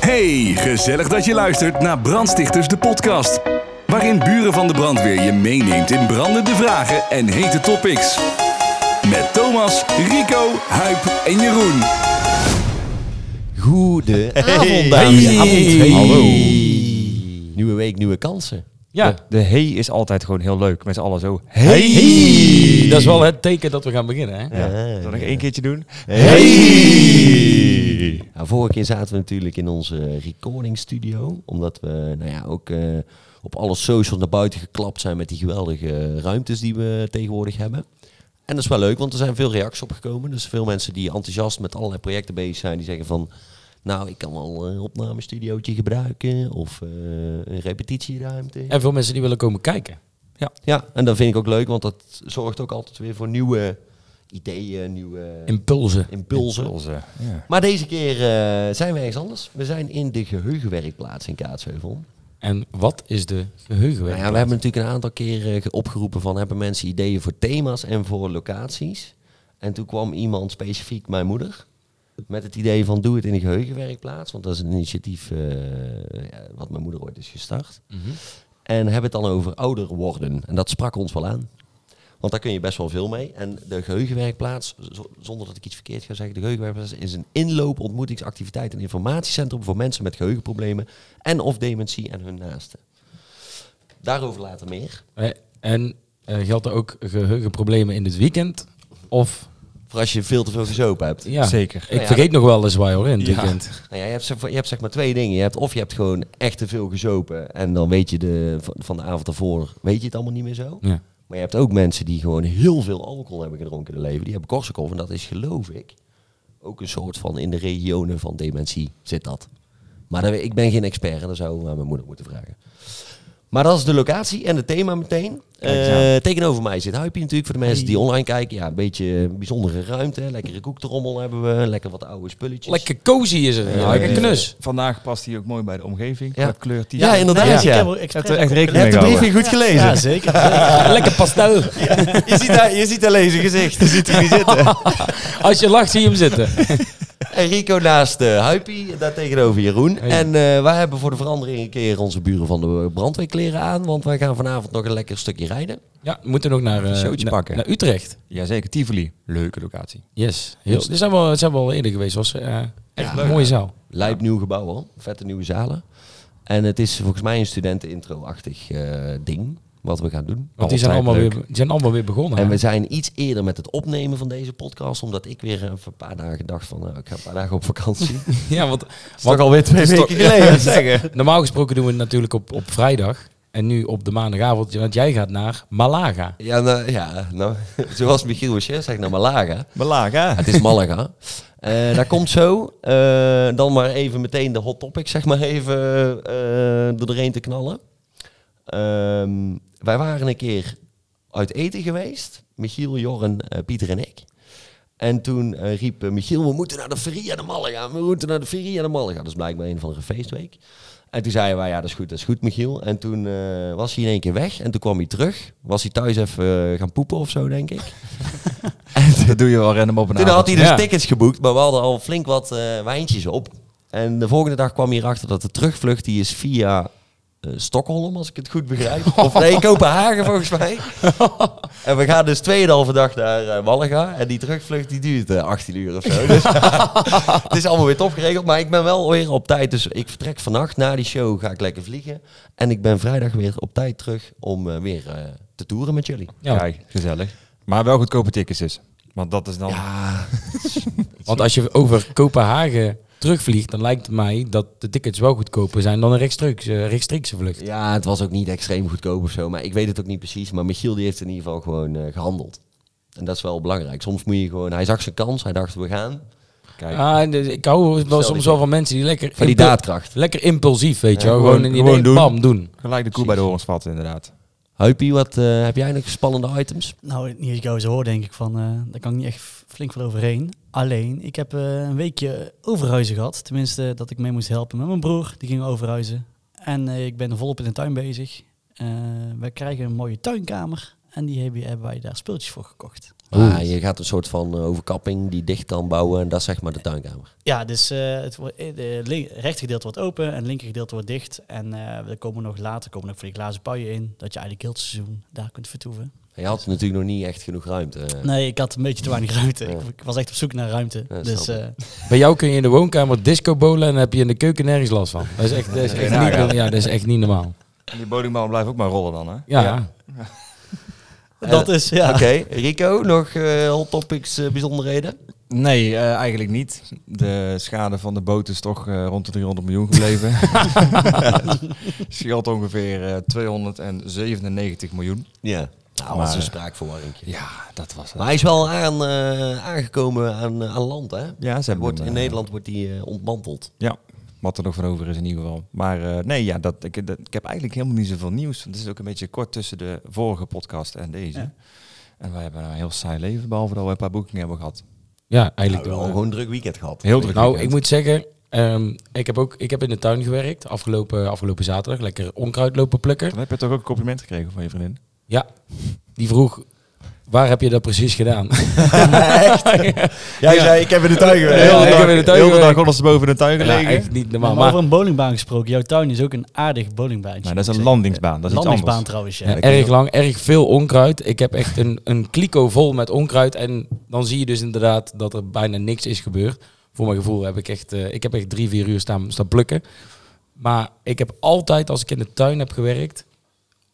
Hey, gezellig dat je luistert naar Brandstichters de podcast. Waarin buren van de brandweer je meeneemt in brandende vragen en hete topics. Met Thomas, Rico, Huip en Jeroen. Goedenavond, dames en heren. Hallo. Nieuwe week, nieuwe kansen. Ja, de hey is altijd gewoon heel leuk. Met z'n allen zo. Hey. Hey! Dat is wel het teken dat we gaan beginnen, hè? Ja. Zal ik één keertje doen? Hey! Nou, vorige keer zaten we natuurlijk in onze recording studio. Omdat we nou ja, ook eh, op alle socials naar buiten geklapt zijn met die geweldige ruimtes die we tegenwoordig hebben. En dat is wel leuk, want er zijn veel reacties opgekomen. Dus veel mensen die enthousiast met allerlei projecten bezig zijn, die zeggen van... Nou, ik kan wel een opnamestudiootje gebruiken of eh, een repetitieruimte. En veel mensen die willen komen kijken. Ja, en dat vind ik ook leuk, want dat zorgt ook altijd weer voor nieuwe ideeën, nieuwe Impulsen. impulsen. Onze. Ja. Maar deze keer eh, zijn we ergens anders. We zijn in de geheugenwerkplaats in Kaatsheuvel. En wat is de Nou geheugenwerk? ja, we hebben natuurlijk een aantal keer eh, ge- opgeroepen van hebben mensen ideeën voor thema's en voor locaties. En toen kwam iemand specifiek, mijn moeder, met het idee van doe het in de geheugenwerkplaats. Want dat is een initiatief eh, ja, wat mijn moeder ooit is gestart. Mhm. En hebben het dan over ouder worden. En dat sprak ons wel aan. Want daar kun je best wel veel mee. En de geheugenwerkplaats, z- zonder dat ik iets verkeerd ga zeggen, de geheugenwerkplaats is een inloop, ontmoetingsactiviteit en informatiecentrum voor mensen met geheugenproblemen en of dementie en hun naasten. Daarover later meer. Eh, En eh, geldt er ook geheugenproblemen in het weekend? Of, Voor als je veel te veel gezopen hebt. ja. Zeker. Ik ja, vergeet nog wel eens waar hoor, in het Ja. weekend. Nou ja, je, hebt, zeg- je hebt zeg maar twee dingen. Je hebt of je hebt gewoon echt te veel gezopen en dan weet je de, van- van de avond daarvoor, weet je het allemaal niet meer zo. Ja. Maar je hebt ook mensen die gewoon heel veel alcohol hebben gedronken in hun leven. Die hebben Korsakoff en dat is geloof ik ook een soort van in de regionen van dementie zit dat. Maar daar- ik ben geen expert en dat zou we aan mijn moeder moeten vragen. Maar dat is de locatie en het thema meteen. Kijk eens Eh, tegenover mij zit Huipie natuurlijk voor de mensen die online kijken. Ja, een beetje een bijzondere ruimte. hè. Lekkere koektrommel hebben we. Lekker wat oude spulletjes. Lekker cozy is het. Ja, lekker knus. Vandaag past hij ook mooi bij de omgeving. Ja. Ja. kleurt hij. ja, inderdaad. ja. Ja. Ik heb er echt Je hebt rekening de mee briefje gehouden. goed gelezen. zeker. lekker pastel. je, ziet daar, je ziet alleen zijn gezicht. Je ziet hem niet zitten. Als je lacht, zie je hem zitten. En Rico naast eh Huipie, daar tegenover Jeroen. Hey. En eh, wij hebben voor de verandering een keer onze buren van de eh, brandweerkleren aan. Want wij gaan vanavond nog een lekker stukje rijden. Ja, we moeten nog naar, eh, Een showtje na- pakken. naar Utrecht. Jazeker, Tivoli. Leuke locatie. Yes. Heel, dit zijn we, zijn we al eerder geweest. Was, eh, echt een mooie zaal. Lijp nieuw gebouw al, vette nieuwe zalen. En het is volgens mij een studentenintro-achtig eh, ding wat we gaan doen. Want die zijn, Altijd allemaal weer, leuk. die zijn allemaal weer begonnen. En hè? we zijn iets eerder met het opnemen van deze podcast. Omdat ik weer even een paar dagen dacht van, nou, ik ga een paar dagen op vakantie. Ja, want Wat alweer twee is weken toch- ja, geleden. zeggen. normaal gesproken doen we het natuurlijk op, op vrijdag. En nu op de maandagavond, want jij gaat naar Malaga. Ja, nou, ja nou, zoals Michiel Wachier zegt, nou, naar Malaga. Malaga. Het is Malaga. Eh dat komt zo. Eh, dan maar even meteen de hot topic, zeg maar, even eh, door doorheen te knallen. Ehm, wij waren een keer uit eten geweest. Michiel, Jorren, eh, Pieter en ik. En toen eh, riep eh, Michiel, we moeten naar de Feria de Malaga. We moeten naar de Feria de Malaga. Dat is blijkbaar een van de feestweek. En toen zeiden wij, ja, dat is goed, dat is goed, Michiel. En toen eh, was hij in één keer weg. En toen kwam hij terug. Was hij thuis even eh, gaan poepen of zo, denk ik. Dat doe je wel random op een Toen had hij dus Ja. tickets geboekt, maar we hadden al flink wat eh, wijntjes op. En de volgende dag kwam hij erachter dat de terugvlucht die is via eh, Stockholm, als ik het goed begrijp. Of nee, Kopenhagen volgens mij. en we gaan dus 2,5 dag naar eh, Malaga. En die terugvlucht die duurt eh, 18 uur of zo. Dus het is allemaal weer top geregeld. Maar ik ben wel weer op tijd. Dus ik vertrek vannacht. Na die show ga ik lekker vliegen. En ik ben vrijdag weer op tijd terug om eh, weer eh, te toeren met jullie. Ja, Kijk, gezellig. Maar wel goedkope tickets dus. Want dat is dan... want als je over Kopenhagen terugvliegt, dan lijkt het mij dat de tickets wel goedkoper zijn dan een rechtstreeks, eh, rechtstreekse vlucht. Ja, het was ook niet extreem goedkoop of zo, maar ik weet het ook niet precies. Maar Michiel die heeft in ieder geval gewoon eh, gehandeld. En dat is wel belangrijk. Soms moet je gewoon... Hij zag zijn kans, hij dacht we gaan. Kijk, Ah, en, eh, ik hou wel die soms wel ticket. van mensen die lekker, Van die impul- daadkracht. lekker impulsief, weet je Ja, wel. gewoon- Gewoon een idee, gewoon doen. bam, doen. gelijk de koe bij de horens vatten inderdaad. Huipie, wat eh, heb jij nog spannende items? Nou, niet als ik jou zo hoor, denk ik van, eh, daar kan ik niet echt flink veel overheen. Alleen, ik heb eh, een weekje overhuizen gehad. Tenminste, dat ik mee moest helpen met mijn broer. Die ging overhuizen. En eh, ik ben volop in de tuin bezig. Eh, wij krijgen een mooie tuinkamer. Eh, En die hebben, hebben wij daar speeltjes voor gekocht. Ah, je gaat een soort van eh, overkapping die dicht kan bouwen en dat is zeg maar de tuinkamer. Ja, dus eh het wordt- eh, de link- rechtergedeelte wordt open en het linkergedeelte wordt dicht. En eh er komen nog later komen nog voor die glazen puien in, dat je eigenlijk heel het seizoen daar kunt vertoeven. Je had natuurlijk nog niet echt genoeg ruimte. eh. Nee, ik had een beetje te weinig ruimte. Ja. Ik, ik was echt op zoek naar ruimte. Ja, dus snap eh, Bij jou kun je in de woonkamer disco bowlen en dan heb je in de keuken nergens last van. Dat is echt, dat is Ja, echt, ja, niet, ja. ja, dat is echt niet normaal. En die bodembal blijft ook maar rollen dan, hè? Ja, dat is, ja. Oké, Rico, nog eh, hot topics eh, bijzonderheden? Nee, eh, eigenlijk niet. De schade van de boot is toch eh, rond de 300 miljoen gebleven. Scheelt ongeveer eh, 297 miljoen. Ja. Nou, dat Maar, is een eh, spraakverwarring. Ja, dat was Maar hij is wel aan, eh, aangekomen aan, eh, aan land, hè? Ja, ze Hij hebben wordt, hem, in eh, Nederland wordt die eh, ontmanteld. Wat er nog van over is in ieder geval. Maar eh, nee, ja, dat, ik, dat- ik heb eigenlijk helemaal niet zoveel nieuws. Want het is ook een beetje kort tussen de vorige podcast en deze. Ja. En wij hebben een heel saai leven, behalve dat we een paar boekingen hebben gehad. ja Nou, eigenlijk wel wel. gewoon een druk weekend gehad. Heel druk Nou, ik weekend. moet zeggen, ehm, ik, heb ook, ik heb in de tuin gewerkt afgelopen, afgelopen zaterdag. Lekker onkruid lopen plukken. Dan heb je toch ook een compliment gekregen van je vriendin? Ja, die vroeg, waar heb je dat precies gedaan? Jij zei, ik heb in de tuin gewerkt. Heel de dag in de tuin Heel de dag gewerkt. alles boven de tuin ja, gelegen. echt niet normaal. maar Maar, over een bowlingbaan gesproken. Jouw tuin is ook een aardig bowlingbaantje. Maar dat is moet een ik landingsbaan, dat zeggen. is iets Landingsbaan anders. trouwens, ja. ja, erg lang, erg veel onkruid. Ik heb echt een, een kliko vol met onkruid. En dan zie je dus inderdaad dat er bijna niks is gebeurd. Voor mijn gevoel heb ik echt, eh, ik heb echt drie, vier uur staan, staan plukken. Maar ik heb altijd, als ik in de tuin heb gewerkt,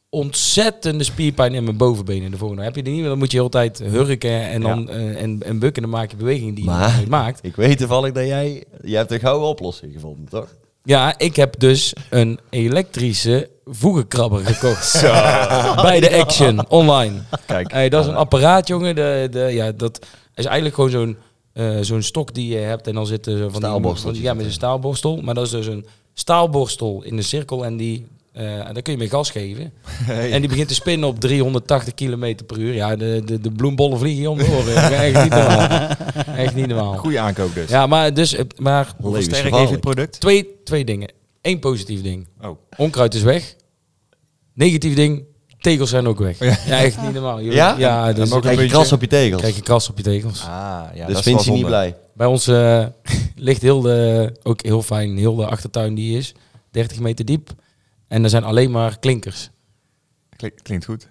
ontzettende spierpijn in mijn bovenbenen. De volgende heb je die niet, want dan moet je altijd hurken en, dan, eh, en, en bukken. En dan maak je bewegingen die Maar- je niet maakt. Ik weet toevallig dat jij... Je hebt een gouden oplossing gevonden, toch? Ja, ik heb dus een elektrische voegenkrabber gekocht. Bij de Action online. Kijk. Hey, dat is een apparaat, jongen. De, de, ja, dat is eigenlijk gewoon zo'n eh, zo'n stok die je hebt. En dan zitten zo van die- Staalborsteltjes van- Ja, met een staalborstel. Maar dat is dus een staalborstel in de cirkel. En die, eh, en daar kun je mee gas geven. En die begint te spinnen op 380 km per uur. Ja, de, de, de bloembollen vliegen je om de oren. Echt niet normaal. Echt niet normaal. Goede aankoop dus. Ja, maar dus... eh, Maar Hoeveel sterren Levensgevaarlijk. geeft dit product? twee, twee dingen. Eén positief ding. Oh. Onkruid is weg. Negatief ding. Tegels zijn ook weg. Ja, echt niet normaal. joh. Ja? Ja, dus nog een Krijg je puntje. kras op je tegels. krijg je kras op je tegels. Ah, ja, dus vindt je niet blij. Bij ons eh, ligt heel de, ook heel fijn, heel de achtertuin die is 30 meter diep. En er zijn alleen maar klinkers. Klinkt, klinkt goed.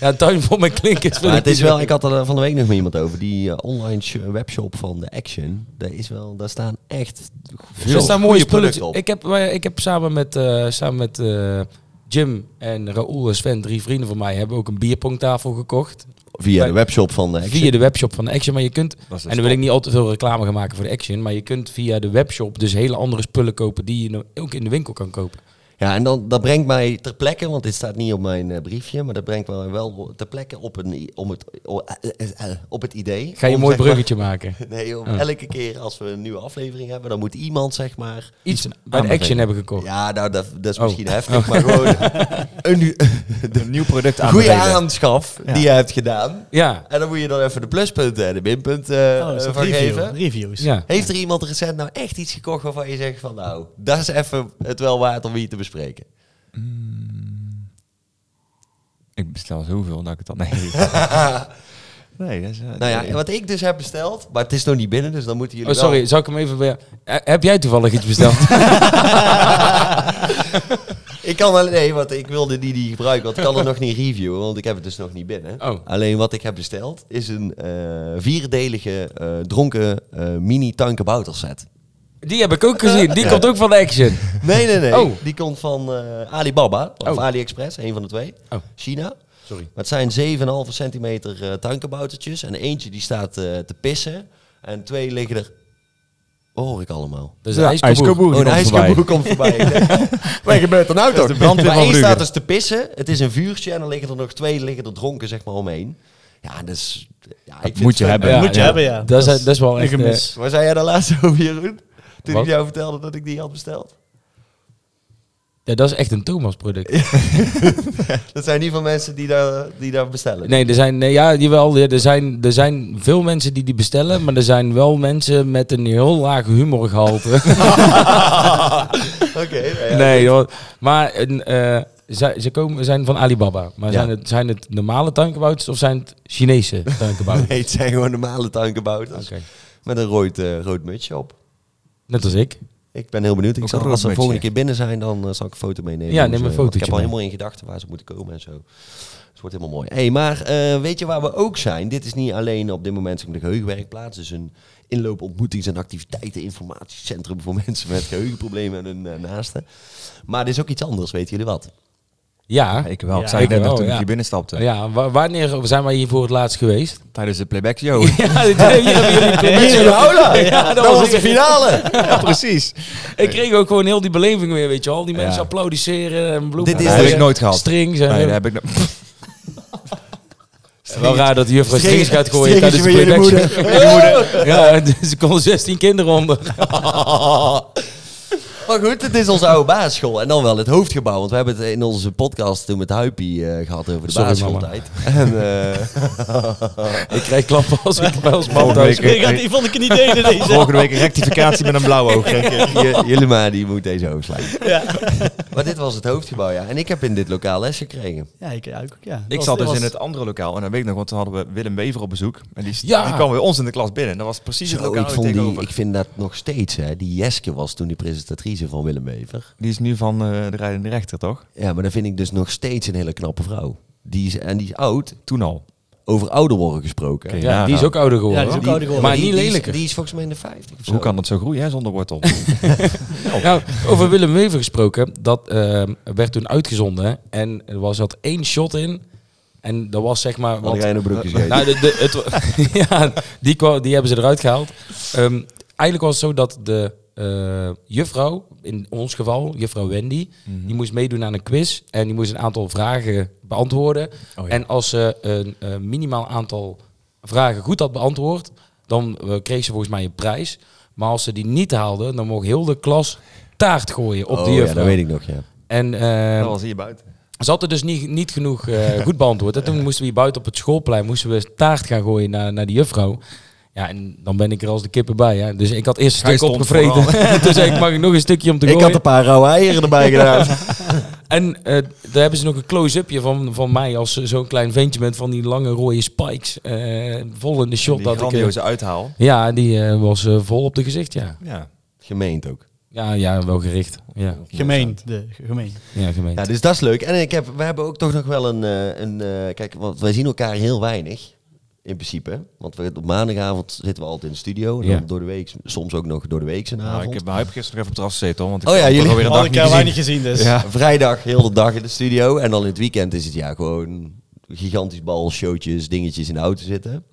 Ja, een tuin vol met Maar klinkers. vind het ik is wel, ik had er eh, van de week nog met iemand over. Die eh, online sh- webshop van de Action. Daar, is wel, daar staan echt veel Er staan mooie goede spullen producten op. Ik heb, eh, ik heb samen met, eh, samen met eh, Jim en Raoul en Sven, drie vrienden van mij, hebben ook een bierpongtafel gekocht. Via de bij- webshop van de Action. Via de webshop van de Action. Maar je kunt, en Dat is dus dan wil ik niet al te veel reclame gaan maken voor de Action, maar je kunt via de webshop dus hele andere spullen kopen die je nou ook in de winkel kan kopen. Ja, en dan, dat brengt mij ter plekke, want dit staat niet op mijn eh, briefje, maar dat brengt mij wel ter plekke op, een, i- om het, o- eh, eh, eh, op het idee. Ga je een Om, mooi zeg maar- bruggetje maken. nee, om Oh. elke keer als we een nieuwe aflevering hebben, dan moet iemand zeg maar... Iets bij de Action aanbevelen. hebben gekocht. Ja, nou, dat, dat is Oh. misschien heftig, maar gewoon een nu- Een nieuw product een aanbevelen. goede aanschaf die je hebt gedaan. Ja, En dan moet je dan even de pluspunten en de minpunten Oh, eh, is dat van review? geven. Reviews. ja. Heeft er iemand recent nou echt iets gekocht waarvan je zegt van nou, dat is even het wel waard om hier te bespreken? Ik bestel zoveel dat ik het dan... Nee, nee dat is... eh, Nou ja, nee. en wat ik dus heb besteld, maar het is nog niet binnen, dus dan moeten Oh, jullie sorry, wel- zou ik hem even weer... Eh, Heb jij toevallig iets besteld? Ik kan alleen, nee, want ik wilde die die gebruiken, want ik kan het nog niet reviewen, want ik heb het dus nog niet binnen. Oh. Alleen wat ik heb besteld is een eh, vierdelige eh, dronken eh, mini tuinkabouter set. Die heb ik ook gezien. Die komt ook van de Action. Nee, nee, nee. Oh. Die komt van eh, Alibaba of Oh. AliExpress, een van de twee. Oh. China. Sorry. Maar het zijn 7,5 centimeter eh tuinkaboutertjes en eentje die staat eh, te pissen en twee liggen er... Wat hoor ik allemaal? Dat is Ja, een ijskoboer. ijskoboer. Oh, die de komt voorbij. ijskaboer komt voorbij. Wat gebeurt er nou Dat is de brandweer Maar van één Brugge. staat dus te pissen. Het is een vuurtje en dan liggen er nog twee liggen er dronken zeg maar omheen. Ja, dus... Ja, ik vind moet je het- hebben. Moet je hebben, ja. Dat is, dat is wel echt... eh, Waar zei jij daar laatst over, Jeroen? Toen Wat? ik jou vertelde dat ik die had besteld. ja, dat is echt een Thomas-product. Dat zijn niet van mensen die daar, die daar bestellen. Nee, er zijn... Nee, ja, jawel. ja, Er zijn, er zijn veel mensen die die bestellen. Maar er zijn wel mensen met een heel laag humorgehalte. Oké. nou ja. nee, joh. Maar een, eh, Zij, ze komen, zijn van Alibaba. Maar Ja. zijn, het, zijn het normale tuinkabouters of zijn het Chinese tuinkabouters? Nee, het zijn gewoon normale tuinkabouters. Oké. Met een rood, eh, rood mutsje op. Net als ik. Ik ben heel benieuwd. Ik Ook zal, een rood als ze de mutsje. volgende keer binnen zijn, dan eh, zal ik een foto meenemen. Ja, Hoe neem ze- een want Ik fotootje heb al mee. helemaal in gedachten waar ze moeten komen en zo. Dus het wordt helemaal mooi. hey, maar eh, weet je waar we ook zijn? Dit is niet alleen op dit moment zeg maar, de geheugenwerkplaats. Dus een inloop ontmoetings- en activiteiten informatiecentrum voor mensen met geheugenproblemen en hun eh, naasten. Maar dit is ook iets anders, weten jullie wat? Ja. ik wel. Ja, ik zei het ik net nog wel, toen ik ja. hier binnenstapte. ja wa- wanneer zijn wij hier voor het laatst geweest? Tijdens de playback show. Ja, dit hebben jullie Hier in de aula! dat was de ik. finale! Ja, precies. Ik kreeg ook gewoon heel die beleving weer, weet je wel. Die mensen Ja. applaudisseren en bloemen. Dit is en dus- eh, ik nooit gehad. Strings. En, Nee, daar heb ik... nog- wel raar dat de juffrouw Strings- strings gaat gooien tijdens de strings playback. voor jullie ja, dus er konden 16 kinderen onder. Maar goed, het is onze oude basisschool. En dan wel het hoofdgebouw. Want we hebben het in onze podcast toen met Huipie eh, gehad over de Sorry, basisschooltijd. En, eh, Ik krijg klappen als ik bij ons man Volgende thuis week, Ik had die vond ik niet delen deze. volgende week een rectificatie met een blauw oog. denk ik. J- jullie maar, die moet deze overslaan. maar dit was het hoofdgebouw, ja. En ik heb in dit lokaal les gekregen. Ja, ik, ja, ik, ook, ja. Ik Was- zat dus was- in het andere lokaal. En dan weet ik nog, want toen hadden we Willem Wever op bezoek. En die, Ja. die kwam bij ons in de klas binnen. En dat was precies het Zo, lokaal ik, vond die, tegenover. ik vind dat nog steeds, hè. Die Jeske was toen die presentatrice van Willem Wever. Die is nu van eh, de rijdende rechter, toch? Ja, maar dat vind ik dus nog steeds een hele knappe vrouw. Die is, en die is oud. Toen al. Over ouder worden gesproken. Oké. nou. Ja, die is ook ouder geworden. Ja, die is ook hoor. ouder geworden. Maar die- niet die is- lelijker. Die is volgens mij in de 50 of zo. Hoe kan dat zo groeien, hè, zonder wortel? Nou, over Willem Wever gesproken. Dat eh, werd toen uitgezonden. En er was dat één shot in. En dat was zeg maar... Want Wat, Dus jij in de broekjes geeft. nou, de, de, het, wa- ja, die, kwa- die hebben ze eruit gehaald. Ehm, eigenlijk was het zo dat de eh, juffrouw, in ons geval, juffrouw Wendy... Mhm. die moest meedoen aan een quiz. En die moest een aantal vragen beantwoorden. Oh, ja. En als ze een eh, minimaal aantal vragen goed had beantwoord... dan eh, kreeg ze volgens mij een prijs. Maar als ze die niet haalde, dan mocht heel de klas taart gooien op oh, de ja, juffrouw. dat weet ik nog, ja. En eh, dat was hier buiten. ze hadden dus niet, niet genoeg eh, goed beantwoord. En toen moesten we hier buiten op het schoolplein moesten we taart gaan gooien naar, naar die juffrouw. Ja, en dan ben ik er als de kippen bij. Hè. Dus ik had eerst Hij een stuk stond opgevreten. En toen zei ik, mag ik nog een stukje om te Ik gooien? had een paar rauwe eieren erbij gedaan. En eh, daar hebben ze nog een close-upje van, van mij als eh, zo'n klein ventje met van die lange rode spikes. eh, vol in de shot Die dat ik... eh, grandioze uithaal. ja, die eh, was eh, vol op de gezicht, ja. Ja. Gemeend ook. Ja, ja wel gericht. Ja, Gemeen, de, gemeen. ja gemeen. Ja, dus dat is leuk. En ik heb, we hebben ook toch nog wel een... eh, een eh, kijk, want wij zien elkaar heel weinig. In principe. Want we, op maandagavond zitten we altijd in de studio. En dan Ja. door de week, soms ook nog door de week zijn Nou, avond. ik heb mijn huip gisteren nog even op het terras gezeten, hoor, want ik Oh ja, heb jullie- alweer een Had dag ik niet jou gezien. weinig gezien dus. Ja. Vrijdag heel de dag in de studio. En dan in het weekend is het ja gewoon gigantisch bal, showtjes, dingetjes in de auto zitten.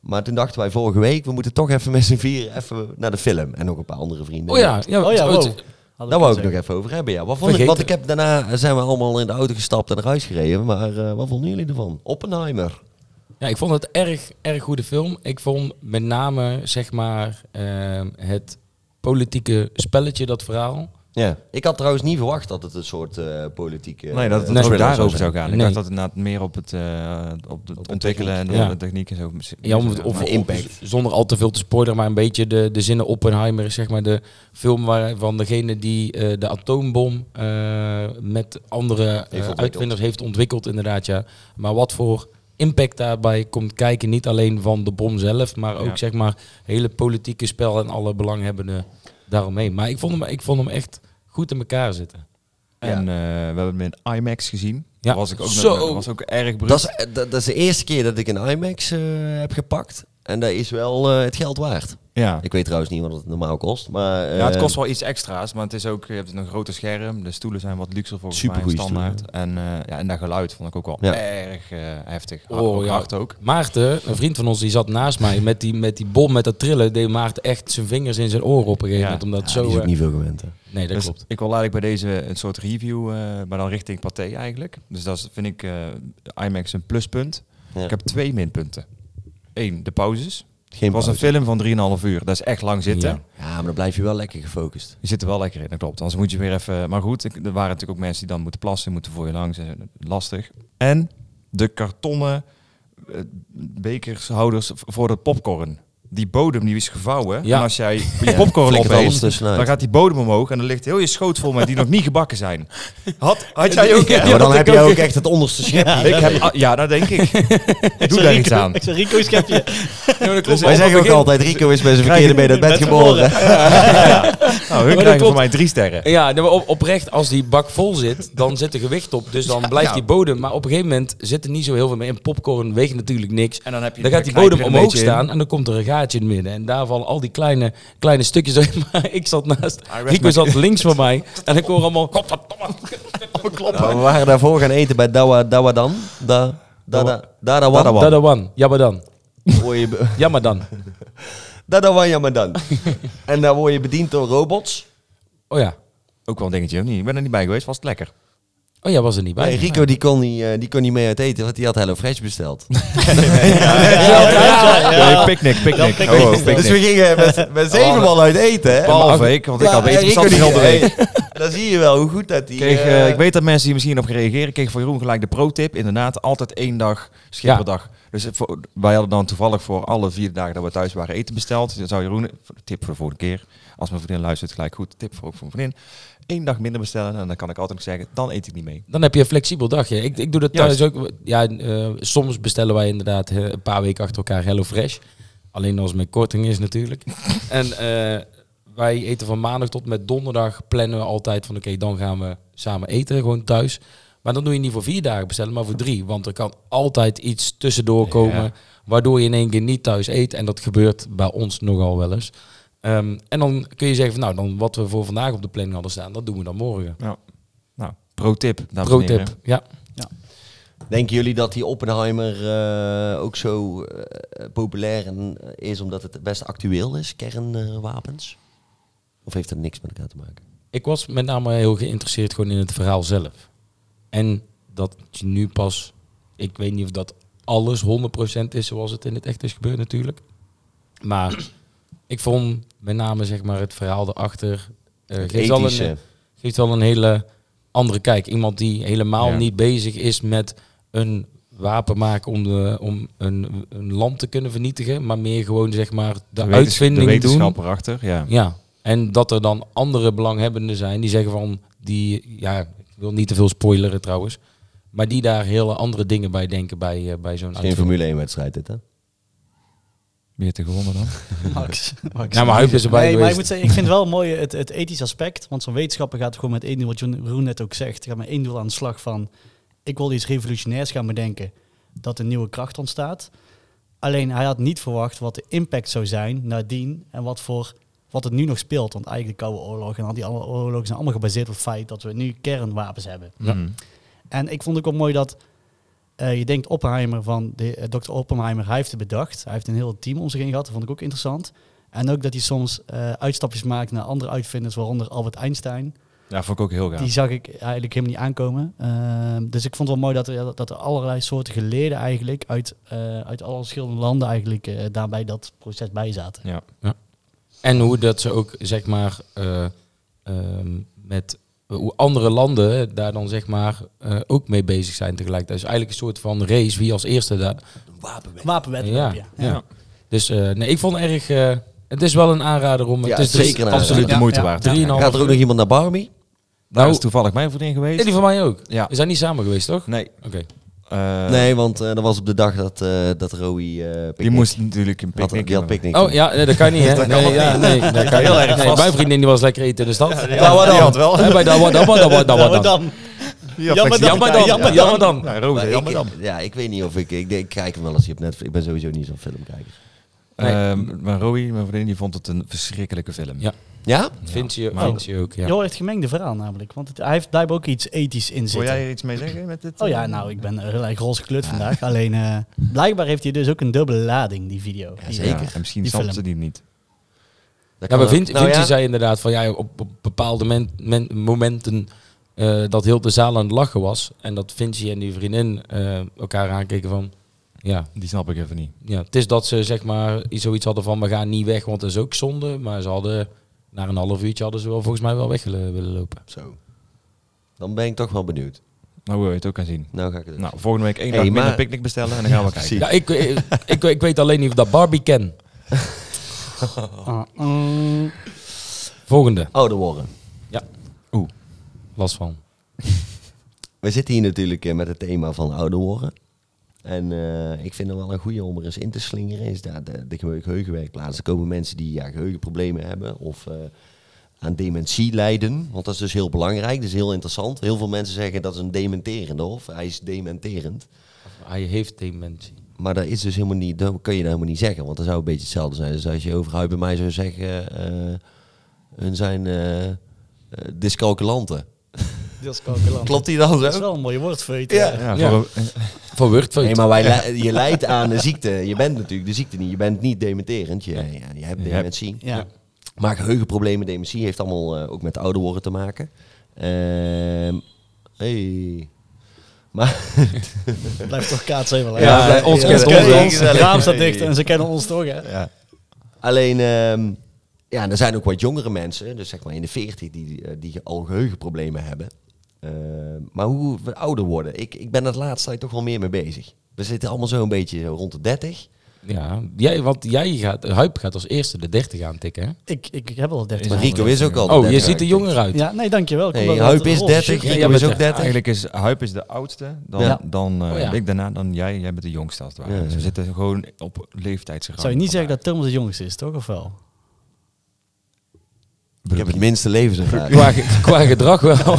Maar toen dachten wij vorige week, we moeten toch even met z'n vieren even naar de film. En nog een paar andere vrienden. Oh ja, ja, Oh ja, het- wow. Daar wou ik het nog even over hebben, ja. Wat vond ik, Vergeten. want ik heb daarna eh, zijn we allemaal in de auto gestapt en naar huis gereden. Maar eh, wat vonden jullie ervan? Oppenheimer. Ja, ik vond het erg, erg goede film. Ik vond met name, zeg maar, ehm, het politieke spelletje, dat verhaal. Ja. Ik had trouwens niet verwacht dat het een soort eh, politieke... Nee, dat het Nee. ook thriller daarover zou gaan. Ik Nee. dacht dat het inderdaad meer op het, eh, op het ontwikkelen en Ja. de techniek en zo. Ja, om, of of, maar impact. zonder al te veel te spoileren, maar een beetje de, de zinnen Oppenheimer, zeg maar, de film waar, van degene die eh, de atoombom eh, met andere eh, ontwikkeld. uitvinders heeft ontwikkeld, inderdaad, ja. Maar wat voor impact daarbij komt kijken, niet alleen van de bom zelf, maar ook, Ja. zeg maar, hele politieke spel en alle belanghebbenden daaromheen. Maar ik vond hem, ik vond hem echt goed in elkaar zitten. En eh, we hebben hem in IMAX gezien. Ja. was ik ook, Zo. dat was ook erg bruut. Dat is, eh, dat, dat is de eerste keer dat ik een IMAX eh, heb gepakt. En dat is wel eh, het geld waard. ja. Ik weet trouwens niet wat het normaal kost. Maar, eh, ja, het kost wel iets extra's, maar het is ook, je hebt een groter scherm. De stoelen zijn wat luxer volgens Supergoeie mij, standaard. En, eh, ja, en dat geluid vond ik ook wel Ja. erg eh, heftig. Hard, Oh, ook ja. hard ook. Maarten, een vriend van ons, die zat naast mij met die, met die bom, met dat trillen. Deed Maarten echt zijn vingers in zijn oren op een gegeven Ja. moment. Omdat Ja, zo. die is ook eh, niet veel gewend. hè. Nee, dat Dus klopt. ik wil eigenlijk bij deze een soort review, eh, maar dan richting Pathé eigenlijk. Dus dat is, vind ik eh, IMAX een pluspunt. Ja. Ik heb twee minpunten. Eén, de pauzes. Geen Het was een pauze. film van 3,5 uur. Dat is echt lang zitten. Ja. Ja, maar dan blijf je wel lekker gefocust. Je zit er wel lekker in, dat klopt. Anders moet je weer even... Maar goed, ik- er waren natuurlijk ook mensen die dan moeten plassen, moeten voor je langs. eh, Lastig. En de kartonnen eh, bekershouders v- voor de popcorn. die bodem die is gevouwen. Ja. En als jij je Ja, popcorn flikkert alles opeet, tussenuit. dan gaat die bodem omhoog en dan ligt heel je schoot vol met die nog niet gebakken zijn. Had, had jij ook? hè? Ja, maar dan Dat heb ik je ook echt het onderste schepje. Ik heb, ah, ja, dat denk ik. Doe daar iets aan. Ik zeg Rico schepje. Wij zeggen ook altijd, Rico is bij zijn verkeerde been uit bed geboren. Nou, dat hun krijgen klopt. van mij drie sterren. Ja, nee, maar op, oprecht, als die bak vol zit, dan zit er gewicht op. Dus dan blijft die bodem. Maar op een gegeven moment zit er niet zo heel veel meer. En popcorn weegt natuurlijk niks. En dan, heb je, Dan gaat die knijp je bodem er een omhoog beetje in. staan en dan komt er een gaatje in het midden. En daar vallen al die kleine, kleine stukjes erin. Maar ik zat naast, rest Rico my zat links van mij. En ik hoor allemaal, godverdomme. Nou, we waren daarvoor gaan eten bij Dawa Dawadan. Da, da, da, Dadawan. Dadawan, jammer dan. Word je be- Jammer dan. Dadawan, ja maar dan. En daar word je bediend door robots. Oh ja, Ook wel een dingetje, of niet? Ik ben er niet bij geweest, was het lekker. oh jij was er niet bij. Nee, Rico die kon, niet, eh, die kon niet mee uit eten, want die had Hello Fresh besteld. Oh, Nee, picknick, picknick. picknick. Oh, Dus we picknick. gingen met, met zeven man uit eten. hè. Behalve ik, want ik had Ja, eten Rico besteld die- heel de week. hey, Dan zie je wel hoe goed dat die... Kreeg, eh, eh, ik weet dat mensen hier misschien op gaan reageren. Ik kreeg van Jeroen gelijk de pro-tip. Inderdaad, altijd één dag schipperdag. Dus voor- wij hadden dan toevallig voor alle vier dagen dat we thuis waren eten besteld. Dan zou Jeroen, tip voor de volgende keer. Als mijn vriendin luistert, gelijk goed. Tip voor, ook voor mijn vriendin. Eén dag minder bestellen en dan kan ik altijd nog zeggen, dan eet ik niet mee. Dan heb je een flexibel dagje. Ik, ik doe dat thuis ook. Ja, eh, soms bestellen wij inderdaad eh, een paar weken achter elkaar Hello Fresh. Alleen als het met korting is natuurlijk. en eh, wij eten van maandag tot met donderdag plannen we altijd van oké, dan gaan we samen eten, gewoon thuis. Maar dan doe je niet voor vier dagen bestellen, maar voor drie. Want er kan altijd iets tussendoor komen, Ja. waardoor je in één keer niet thuis eet. En dat gebeurt bij ons nogal wel eens. Ehm, en dan kun je zeggen van nou, dan wat we voor vandaag op de planning hadden staan, dat doen we dan morgen. Nou, pro-tip. dames en heren. Pro-tip, ja. Denken jullie dat die Oppenheimer eh, ook zo eh, populair en, eh, is omdat het best actueel is, kernwapens? of heeft dat niks met elkaar te maken? Ik was met name heel geïnteresseerd gewoon in het verhaal zelf. En dat je nu pas, ik weet niet of dat alles 100% is zoals het in het echt is gebeurd natuurlijk. Maar ik vond met name zeg maar het verhaal erachter eh, Het geeft, wel ethische. een, geeft wel een hele andere kijk. Iemand die helemaal Ja. niet bezig is met een wapen maken om, de, om een, een land te kunnen vernietigen, maar meer gewoon zeg maar de, wetens- uitvinding de doen. wetenschap erachter, ja. Ja, en dat er dan andere belanghebbenden zijn die zeggen van die, ja, ik wil niet te veel spoileren trouwens, maar die daar hele andere dingen bij denken bij, eh, bij zo'n Geen uitzending. Formule 1-wedstrijd dit, hè? Nou, Wie heeft er gewonnen dan? Max. Max. Nou, maar Huip is erbij Nee, maar ik geweest. moet zeggen, ik vind wel mooi het, het ethisch aspect. Want zo'n wetenschapper gaat gewoon met één doel, wat Jeroen net ook zegt. Gaat met één doel aan de slag van... Ik wil iets revolutionairs gaan bedenken. Dat een nieuwe kracht ontstaat. Alleen hij had niet verwacht wat de impact zou zijn nadien. En wat voor... Wat het nu nog speelt, want eigenlijk de Koude Oorlog en al die andere oorlogen zijn allemaal gebaseerd op het feit dat we nu kernwapens hebben. Ja. Mm. En ik vond ook wel mooi dat eh, je denkt Oppenheimer van de, eh, Dr. Oppenheimer, hij heeft het bedacht. Hij heeft een heel team om zich heen gehad. Dat vond ik ook interessant. En ook dat hij soms eh, uitstapjes maakt naar andere uitvinders, waaronder Albert Einstein. Ja, vond ik ook heel gaaf. Die zag ik eigenlijk helemaal niet aankomen. Ehm, dus ik vond het wel mooi dat er, dat er allerlei soorten geleden eigenlijk uit, eh, uit alle verschillende landen eigenlijk eh, daarbij dat proces bij zaten. Ja. En hoe dat ze ook zeg maar eh, ehm, met hoe andere landen daar dan zeg maar eh, ook mee bezig zijn tegelijkertijd. Dus eigenlijk een soort van race wie als eerste daar. Wapenwet. Wapenwetloop, Ja, ja. ja. Dus eh, nee, ik vond erg. eh, het is wel een aanrader om. Ja, het is zeker drie- een aanrader. absoluut. Absoluut de moeite ja, waard. ja. Drieënhalf- Gaat er ook nog iemand naar Barbie? Daar Nou, is toevallig mijn vriendin eh, geweest. die van mij ook. Ja. We zijn Ah. niet samen geweest, toch? Nee. Oké. eh, nee, want eh, dat was op de dag dat, eh dat Rowie... eh, Die picknick- moest natuurlijk een Had, picknick die had hebben. picknick. Oh ja, nee, dat kan niet. Hè? Dat kan nee, ook ja, niet. nee, dat kan heel niet. erg Nee, vast. Mijn vriendin die was lekker eten dus in de stad. Ja, maar dan. had wel. Hè, bij dat wat dan, wat dan, wat dan, wat dan. Rotterdam. Ja, Jammer flexibel. Jammer dan, Jammer dan. jammer dan. Ja, Robert, Maar jammer ik- dan. Ja, ik weet niet of ik... Ik, denk, ik kijk hem wel eens hier op Netflix. Ik ben sowieso niet zo'n filmkijker. Nee. Ehm, maar Rowie, mijn vriendin, die vond het een verschrikkelijke film. Ja. Ja? Vindt ze je- maar- vindt ze je ook, Je ja. hoort het gemengde verhaal namelijk, want het, hij heeft blijkbaar ook iets ethisch in Wil zitten. jij er iets mee zeggen met dit? Oh ja, nou, ik ben eh, heel erg roze gekleurd vandaag. Alleen, eh, blijkbaar heeft hij dus ook een dubbele lading, die video. Ja, Die- zeker. En misschien Die snapt film. ze die niet. Dat Ja, kan maar ook. vindt, Nou vindt ja. ze zei inderdaad van ja, op, op bepaalde men- men- momenten eh, dat heel de zaal aan het lachen was. En dat Vinci en die vriendin eh, elkaar aankeken van ja, Die snap ik even niet. ja, het is dat ze zeg maar iets- zoiets hadden van we gaan niet weg, want dat is ook zonde. Maar ze hadden, na een half uurtje hadden ze wel volgens mij wel weg willen, willen lopen. Zo. Dan ben ik toch wel benieuwd. Nou, we het ook gaan zien. Nou ga ik het doen. Nou, volgende week één Hey, dag minder maar- eh, picknick bestellen en dan gaan we kijken. Ja, ik, ik, ik, ik weet alleen niet of dat Barbie ken. Ah, mm. Volgende. Ouder worden. Last van. We zitten hier natuurlijk eh, met het thema van ouder worden. En eh, ik vind het wel een goede om er eens in te slingeren. Is daar de, de gehe- geheugenwerkplaats. Er komen mensen die ja, geheugenproblemen hebben of eh, aan dementie lijden. Want dat is dus heel belangrijk. Dat is heel interessant. Heel veel mensen zeggen dat is een dementerende of hij is dementerend. Hij heeft dementie. Maar dat is dus helemaal niet, dat kun je nou helemaal niet zeggen. Want dat zou een beetje hetzelfde zijn. Dus als je overhuid bij mij zou zeggen, eh hun zijn eh, eh, dyscalculanten. Dat is calculant. Klopt die dan zo? Dat is wel een mooie woordfeut. Ja. Ja, Ja. voor een- Van Wordfeut. Nee, maar wij li- je lijdt aan een ziekte. Je bent natuurlijk de ziekte niet. Je bent niet dementerend. Je, je, je hebt dementie. Ja. Maar geheugenproblemen, dementie heeft allemaal eh, ook met ouder worden te maken. Ehm hey. Maar Blijft toch kaatsen even Ja, wij- ons Ze kent kennen ons. ons. Het raam staat dicht en ze kennen ons toch, hè? ja. alleen, ehm, ja, er zijn ook wat jongere mensen, dus zeg maar in de 40, die, eh, die al geheugenproblemen hebben. Ehm, maar hoe we ouder worden, ik, ik ben er de laatste tijd toch wel meer mee bezig. We zitten allemaal zo een beetje zo rond de 30. Ja, jij, want jij gaat, Huip gaat als eerste de 30 aantikken. hè? Ik, ik heb al 30 Maar Rico is ook al. Oh, je 30, ziet er jonger uit. Ja, nee, dankjewel. Ik Nee, wil dat Huip het is roze 30, shirt- Ja, Rico jij is bent ook de- 30. Eigenlijk is Huip is de oudste, dan, Ja. dan eh, Oh ja. ik daarna, dan jij. Jij bent de jongste als het ware. Ja, Dus we ja. zitten gewoon op leeftijdsgang. Zou je niet zeggen dat Thomas de jongste is, toch? Of wel? Ik heb het minste levenservaring. Qua, ge- qua gedrag wel.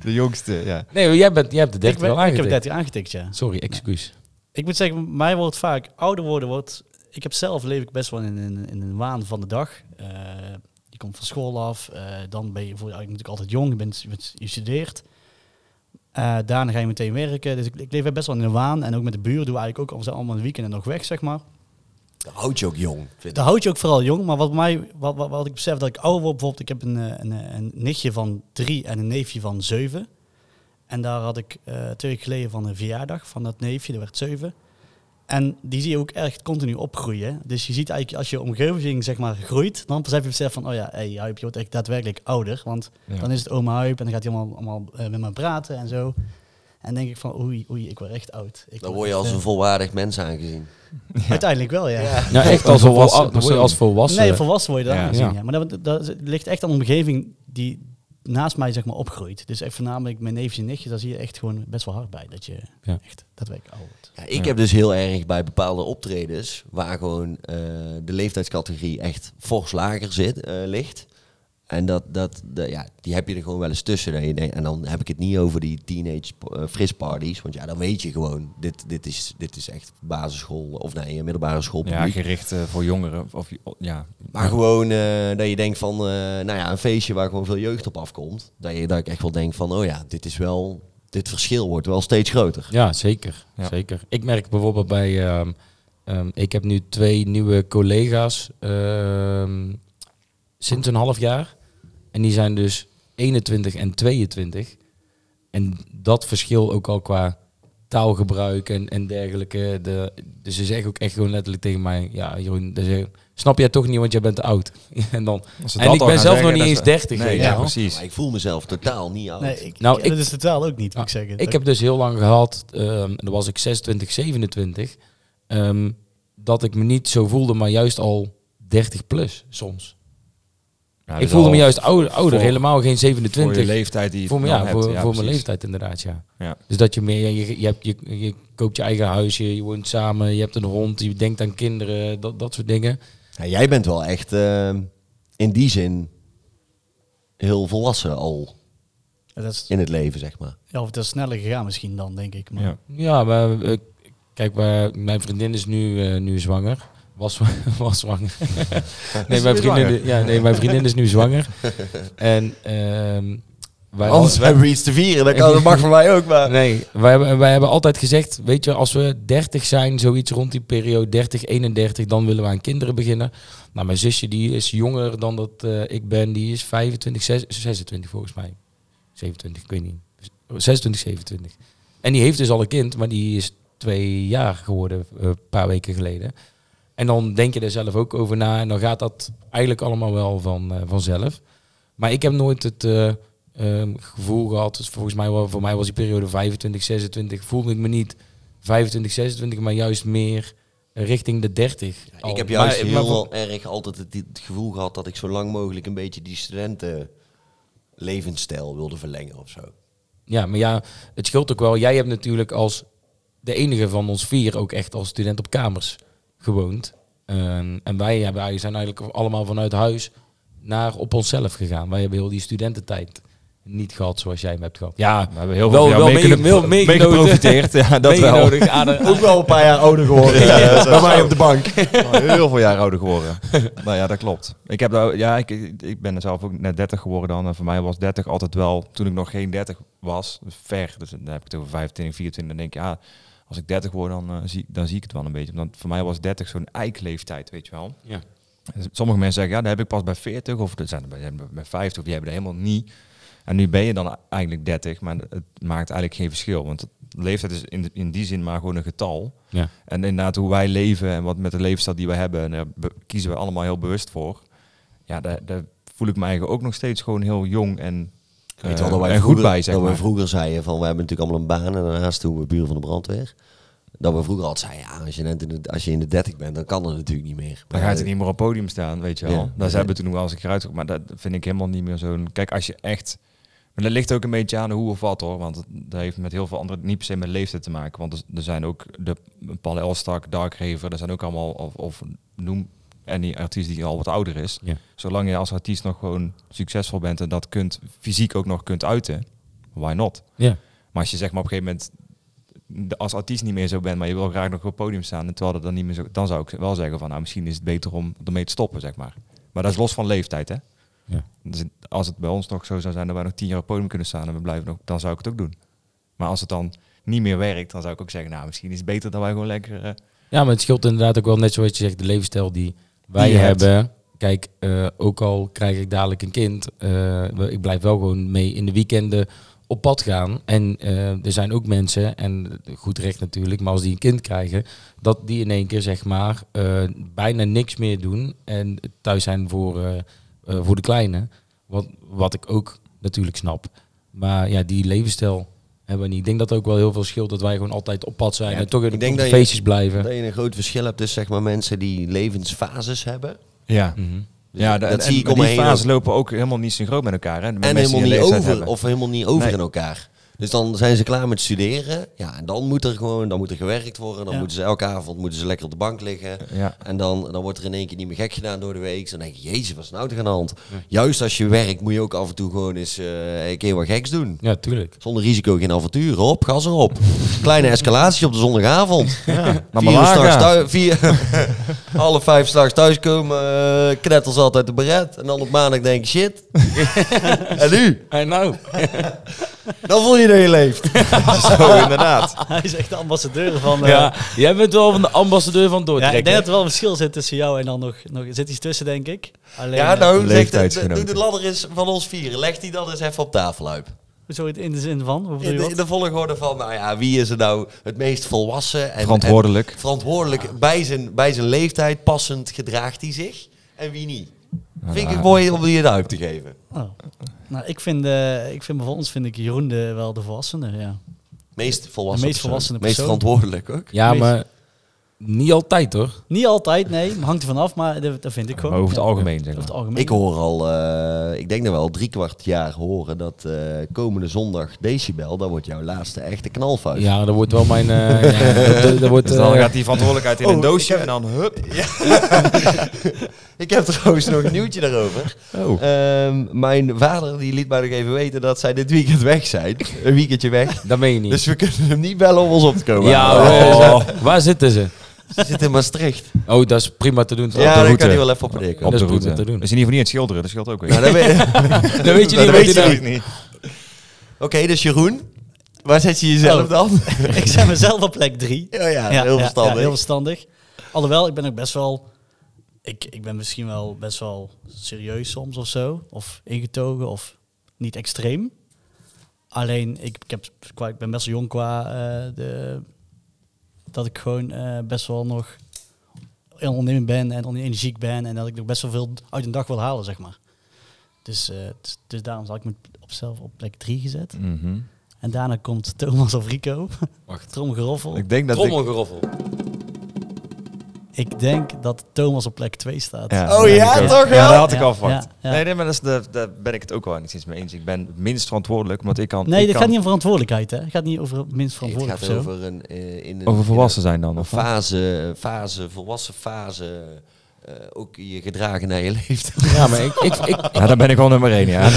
De jongste, ja. Nee, maar jij, bent, jij hebt de Ik, 30 ben- wel ik heb aangetikt. 30 aangetikt, ja. Sorry, excuus. Ik moet zeggen, mij wordt vaak ouder worden. Wordt, ik heb zelf leef ik best wel in, in, in een waan van de dag. Eh, je komt van school af, eh, dan ben je voor je natuurlijk altijd jong, je, bent, je, bent- je studeert. Eh, daarna ga je meteen werken. Dus ik, ik leef best wel in een waan. En ook met de buren doen we eigenlijk ook we zijn allemaal een weekend nog weg, zeg maar. Dat houdt je ook jong. vind ik. Dat houd je ook vooral jong. Maar wat, mij, wat, wat, wat ik besef dat ik ouder word, bijvoorbeeld, ik heb een, eh, een, eh, een nichtje van drie en een neefje van zeven. En daar had ik eh, twee weken geleden van een verjaardag van dat neefje, dat werd zeven. En die zie je ook echt continu opgroeien. Dus je ziet eigenlijk als je omgeving zeg maar groeit, dan besef je besef van, oh ja, hey, Huip, je wordt echt daadwerkelijk ouder. Want Ja. dan is het oma Huip en dan gaat hij allemaal, allemaal eh, met me praten en zo. En denk ik van, oei, oei, ik word echt oud. Ik Dan word je als eh, een volwaardig mens aangezien. Uiteindelijk wel, ja. Nou, echt als, volwassen volwassen, dan word je als persoon. volwassen. Nee, volwassen word je dan Ja. aangezien, Ja. ja. Maar dat, dat is- ligt echt aan een omgeving die naast mij zeg maar opgroeit. Dus echt voornamelijk mijn neefjes en nichtjes, daar zie je echt gewoon best wel hard bij. Dat je Ja. echt, dat werkt oud wordt. Ja, ik heb dus heel erg bij bepaalde optredens, waar gewoon eh, de leeftijdscategorie echt fors lager zit, eh, ligt. En dat, dat, dat- ja, die heb je er gewoon wel eens tussen. Dat je denkt- en dan heb ik het niet over die teenage eh, frisparties. Want ja, dan weet je gewoon, dit, dit, is, dit is echt basisschool, of nee, middelbare school. Ja, gericht eh, voor jongeren. Of, ja. Maar gewoon eh, dat je denkt van, eh, nou ja, een feestje waar gewoon veel jeugd op afkomt. Dat, je, dat ik echt wel denk van, oh ja, dit is wel, dit verschil wordt wel steeds groter. Ja, zeker. Ja. zeker. Ik merk bijvoorbeeld bij... ehm, ehm, ik heb nu twee nieuwe collega's ehm, sinds een half jaar. En die zijn dus 21 en 22. En dat verschil ook al qua taalgebruik en, en dergelijke. De, dus ze zeggen ook echt gewoon letterlijk tegen mij... Ja, Jeroen, dat is- snap jij toch niet, want jij bent te oud. en dan, en ik ben zelf nog niet eens 30. Nee, weet je ja, wel. precies. Maar ik voel mezelf totaal niet oud. Nee, ik, Nou, ja, ik- dat is totaal ook niet, moet ik Ja, zeggen. Ik heb dus heel lang gehad, ehm dan was ik 26, 27, ehm, dat ik me niet zo voelde, maar juist al 30 plus soms. Ja, ik dus voelde me al juist ouder, ouder voor- helemaal geen 27. Voor je leeftijd die je Voor me- dan ja, hebt. voor, voor mijn precies. leeftijd inderdaad, ja. Ja. Dus dat je meer, je, je, hebt, je, je koopt je eigen huisje, je woont samen, je hebt een hond, je denkt aan kinderen, dat, dat soort dingen. Ja, jij bent wel echt eh, in die zin heel volwassen al Ja, dat is, in het leven, zeg maar. ja, of dat is sneller gegaan misschien dan, denk ik. Maar Ja. Ja, maar eh, kijk, maar mijn vriendin is nu, eh, nu zwanger. Was, was zwanger. nee, mijn vriendin, zwanger? ja, nee, mijn vriendin is nu zwanger. En ehm wij Anders hebben we iets te vieren, dat, kan, dat mag voor mij ook, maar... Nee, wij hebben, wij hebben altijd gezegd, weet je, als we 30 zijn, zoiets rond die periode 30, 31, dan willen we aan kinderen beginnen. Nou, mijn zusje die is jonger dan dat eh, ik ben, die is 25, 6 26 volgens mij. 27, ik weet niet. 26, 27. En die heeft dus al een kind, maar die is twee jaar geworden, eh, een paar weken geleden. En dan denk je er zelf ook over na en dan gaat dat eigenlijk allemaal wel van, eh, vanzelf. Maar ik heb nooit het eh, ehm, gevoel gehad, dus volgens mij, wa- voor mij was die periode 25, 26, voelde ik me niet 25, 26, maar juist meer richting de 30. Ja, al. ik heb juist Maar- maar heel voor- erg altijd het, het gevoel gehad dat ik zo lang mogelijk een beetje die studentenlevensstijl wilde verlengen of zo. Ja, maar ja, het scheelt ook wel. Jij hebt natuurlijk als de enige van ons vier ook echt als student op kamers gewoond. En- en wij hebben, eigenlijk- zijn eigenlijk allemaal vanuit huis naar op onszelf gegaan. Wij hebben heel die studententijd niet gehad zoals jij hem hebt gehad. Ja, We hebben heel Wel- veel van jou wel mee, mege- kunnen- wel mee meegenoten. geprofiteerd. Ja, dat wel. meegenodigd aan de- Ook wel een paar jaar ouder geworden. bij mij op de bank. Heel veel jaar ouder geworden. nou ja, dat klopt. Ik, heb, daar- ja, ik, ik ben zelf ook net 30 geworden dan. En voor mij was 30 altijd wel, toen ik nog geen 30 was, dus ver. Dus dan heb ik het over 25, 24. Dan denk ik, ja, als ik 30 word, dan, eh, zie, dan zie ik het wel een beetje. Want voor mij was 30 zo'n eikleeftijd, weet je wel. Ja. En Sommige mensen zeggen, ja, dat heb ik pas bij 40. Of dat zijn er bij, bij 50, of die hebben dat helemaal niet. En nu ben je dan eigenlijk 30, maar het maakt eigenlijk geen verschil. Want leeftijd is in, in die zin maar gewoon een getal. Ja. En inderdaad, hoe wij leven en wat met de levensstijl die we hebben, en daar be- kiezen we allemaal heel bewust voor. Ja, daar, daar voel ik me eigenlijk ook nog steeds gewoon heel jong en, Ik weet eh, wel dat wij en vroeger, goed bij, zeg dat maar. we vroeger zeiden van, we hebben natuurlijk allemaal een baan en daarnaast doen we buren van de brandweer. Dat we vroeger altijd zeiden, ja, als je, net in de, als je in de 30 bent, dan kan dat natuurlijk niet meer. Maar, Dan gaat eh, hij niet meer op het podium staan, weet je wel. Ja. dat hebben we toen wel eens een keer uitge- maar dat vind ik helemaal niet meer zo'n... Kijk, als je echt... Maar dat ligt ook een beetje aan hoe of wat hoor, want het- dat heeft met heel veel andere, niet per se met leeftijd te maken. Want er- er zijn ook de Paul Elstak, Dark Raver, er zijn ook allemaal, of, of noem en die artiest die al wat ouder is. Ja. Zolang je als artiest nog gewoon succesvol bent en dat kunt, fysiek ook nog kunt uiten, why not? Ja. Maar als je zeg maar op een gegeven moment de- als artiest niet meer zo bent, maar je wil graag nog op het podium staan, en terwijl dat dan niet meer zo, dan zou ik wel zeggen van, nou misschien is het beter om ermee te stoppen, zeg maar. Maar dat is los van leeftijd, hè? Ja. Dus het- als het bij ons nog zo zou zijn dat wij nog tien jaar op het podium kunnen staan en we blijven nog, dan zou ik het ook doen. Maar als het dan niet meer werkt, dan zou ik ook zeggen, nou misschien is het beter dat wij gewoon lekker. eh, Ja, maar het scheelt inderdaad ook wel net zoals je zegt, de levensstijl die wij je hebt. hebben. Kijk, eh, ook al krijg ik dadelijk een kind, eh, we- ik blijf wel gewoon mee in de weekenden op pad gaan. En eh, er zijn ook mensen, en goed recht natuurlijk, maar als die een kind krijgen, dat die in één keer zeg maar eh, bijna niks meer doen en thuis zijn voor, eh, eh, voor de kleine. Wat, wat ik ook natuurlijk snap. Maar ja, die levensstijl hebben we niet. Ik denk dat ook wel heel veel scheelt dat wij gewoon altijd op pad zijn Ja, en toch ik in denk op de dat je- feestjes blijven. Dat je een groot verschil hebt tussen zeg maar, mensen die levensfases hebben. Ja. Ja, Mhm. Dus Dat dat zie ik om die me heen fases ook. lopen ook helemaal niet synchroon met elkaar. Hè? Met en mensen die helemaal een niet leeftijd over, hebben. of helemaal niet over Nee. in elkaar. Dus dan zijn ze klaar met studeren. Ja, en dan moet er gewoon, dan moet er gewerkt worden. Dan Ja. moeten ze elke avond moeten ze lekker op de bank liggen. Ja. En dan, dan wordt er in één keer niet meer gek gedaan door de week. Dan denk je, jezus, wat is nou te gaan hand? Juist als je werkt moet je ook af en toe gewoon eens eh, een keer wat geks doen. Ja, tuurlijk. Zonder risico geen avontuur. Hop, gas erop. Kleine escalatie op de zondagavond. Ja, naar vier uur Malaga. s'nachts thuis. Vier, half vijf s'nachts thuiskomen. eh, knetters altijd de beret. En dan op maandag denk je, shit. en nu? En nou, Dan voel je dat je leeft. Zo, inderdaad. Hij is echt de ambassadeur van... eh, ja, jij bent wel van de ambassadeur van ja, ik Dordrecht. denk hè? dat er wel een verschil zit tussen jou en dan nog... nog er zit iets tussen, denk ik. Alleen, eh, Ja, nou, zeg, de- de, Leeftijdsgenoten. doe de ladder eens van ons vieren. Leg die dan eens even op tafel uit. eh, Sorry, in de zin van? Hoe bedoel In je de, wat? in de volgorde van, nou ja, wie is er nou het meest volwassen? En, Verantwoordelijk. en verantwoordelijk bij, zijn, bij zijn leeftijd, passend gedraagt hij zich. En wie niet? Vind ik het mooi om die een duim te geven. Oh. Nou, ik vind, eh ik vind voor ons vind ik Jeroen de, wel de volwassene, ja. Meest volwassen De meest persoon. volwassene Meest persoon. verantwoordelijk ook. Ja, Meest- maar niet altijd hoor. Niet altijd, nee. Hangt er vanaf, maar dat, dat vind ik Maar gewoon. over het Ja. algemeen, zeg Over maar. het algemeen. Ik hoor al, eh, ik denk dat we al drie kwart jaar horen dat eh, komende zondag decibel, dat wordt jouw laatste echte knalfuik. Ja, dat wordt wel mijn. eh, ja, dat- dat, dat wordt, Dus dan eh, gaat die verantwoordelijkheid in Oh, een doosje ik heb- en dan hup. Ik heb trouwens nog een nieuwtje daarover. Oh. Ehm, mijn vader die liet mij nog even weten dat zij dit weekend weg zijn. Een weekendje weg. dat meen je niet. Dus we kunnen hem niet bellen om ons op te komen. ja, Oh. waar- waar zitten ze? Ze zit in Maastricht. Oh, dat is prima te doen. Ja, toch? de dat eh, route. kan hij wel even opdenken. Op is de goed route. om te doen. Dus in ieder geval niet het schilderen, dat scheelt ook weer. Nou, dan ben- Dat weet je dat niet. wat weet die je doen. niet. Oké, dus Jeroen, waar zet je jezelf Oh. dan? ik zet mezelf op plek drie. Ja, ja, heel verstandig. heel verstandig. Alhoewel, ik ben ook best wel... Ik, ik ben misschien wel best wel serieus soms of zo. Of ingetogen of niet extreem. Alleen, ik, ik, heb, qua- ik ben best wel jong qua eh, de, dat ik gewoon eh, best wel nog heel ondernemend ben en on- energiek ben. En dat ik nog best wel veel uit een dag wil halen, zeg maar. Dus, eh, dus- dus daarom zal ik me op zelf op plek 3 gezet. Mhm. En daarna komt Thomas of Rico. Wacht. Tromgeroffel. Ik denk dat ik... Trommelgeroffel. Ik denk dat Thomas op plek 2 staat. Ja. Oh ja, Ja. toch Ja, wel? dat had ik Ja, al verwacht. ja, ja. Nee, nee, maar dat is de, daar ben ik het ook wel niet eens mee eens. Ik ben minst verantwoordelijk, want ik kan... Nee, ik dit kan gaat niet om verantwoordelijkheid, hè? Het gaat niet over minst Nee, het verantwoordelijk gaat of zo. over een... eh, in een Over volwassen zijn dan, Een of fase, fase, volwassen fase. eh, ook je gedragen naar je leeftijd. Ja, maar ik, ik, ik, Ja, dan ben ik wel nummer één, ja.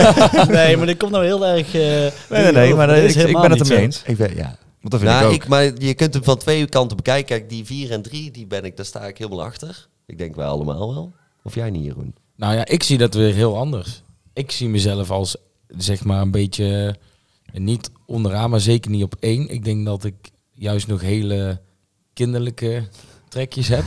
Nee, maar dat komt nou heel erg... eh, Nee, nee, nee, over. maar Dat eh, is ik, ik helemaal ben het niet ermee zo. eens. Ik ben, ja. Want dat vind Nou, ik ook. ik, maar je kunt hem van twee kanten bekijken. Kijk, die vier en drie, die ben ik, daar sta ik helemaal achter. Ik denk wij allemaal wel. Of jij niet, Jeroen? nou ja, ik zie dat weer heel anders. Ik zie mezelf als zeg maar een beetje eh, niet onderaan, maar zeker niet op één. Ik denk dat ik juist nog hele kinderlijke trekjes heb.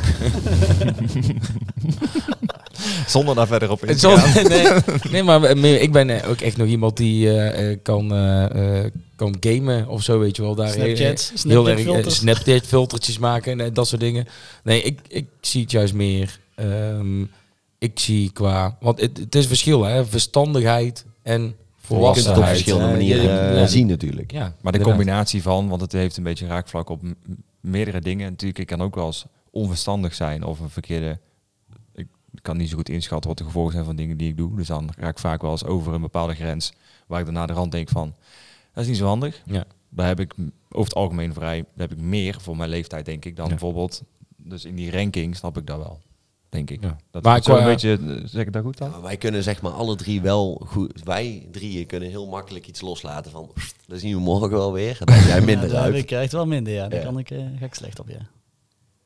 Zonder daar verder op in Het te zal- gaan. nee, nee, maar eh, meer- ik ben eh, ook echt nog iemand die eh, eh, kan, eh, eh, kan gamen of zo, weet je wel. Daar Snapchats, eh, heel erg eh, Snapchat-filters. Snapchat filtertjes maken en eh, dat soort dingen. Nee, ik, ik zie het juist meer. ehm, ik zie qua... Want het, het is verschil, hè. Verstandigheid Je en kunt het op volwassenheid. verschillende Eh, manieren je- eh, ja, zien natuurlijk. Ja, Maar de inderdaad. combinatie van, want het heeft een beetje raakvlak op m- meerdere dingen. Natuurlijk, ik kan ook wel eens onverstandig zijn of een verkeerde... Ik kan niet zo goed inschatten wat de gevolgen zijn van dingen die ik doe. Dus dan raak ik vaak wel eens over een bepaalde grens waar ik daarna de rand denk van... Dat is niet zo handig. Ja. Daar heb ik m- over het algemeen vrij... Daar heb ik meer voor mijn leeftijd, denk ik, dan Ja. bijvoorbeeld... Dus in die ranking snap ik dat wel, denk ik. Ja. Dat Maar maar zo een qua- beetje... eh, Zeg ik dat goed Ja, dan? maar wij kunnen zeg maar alle drie wel goed. Wij drieën kunnen heel makkelijk iets loslaten van. "Pst, Dat zien we morgen wel weer. En dan heb jij minder ja, uit. Ik krijg wel minder, ja. Daar Ja. kan ik, eh, ga ik slecht op, ja.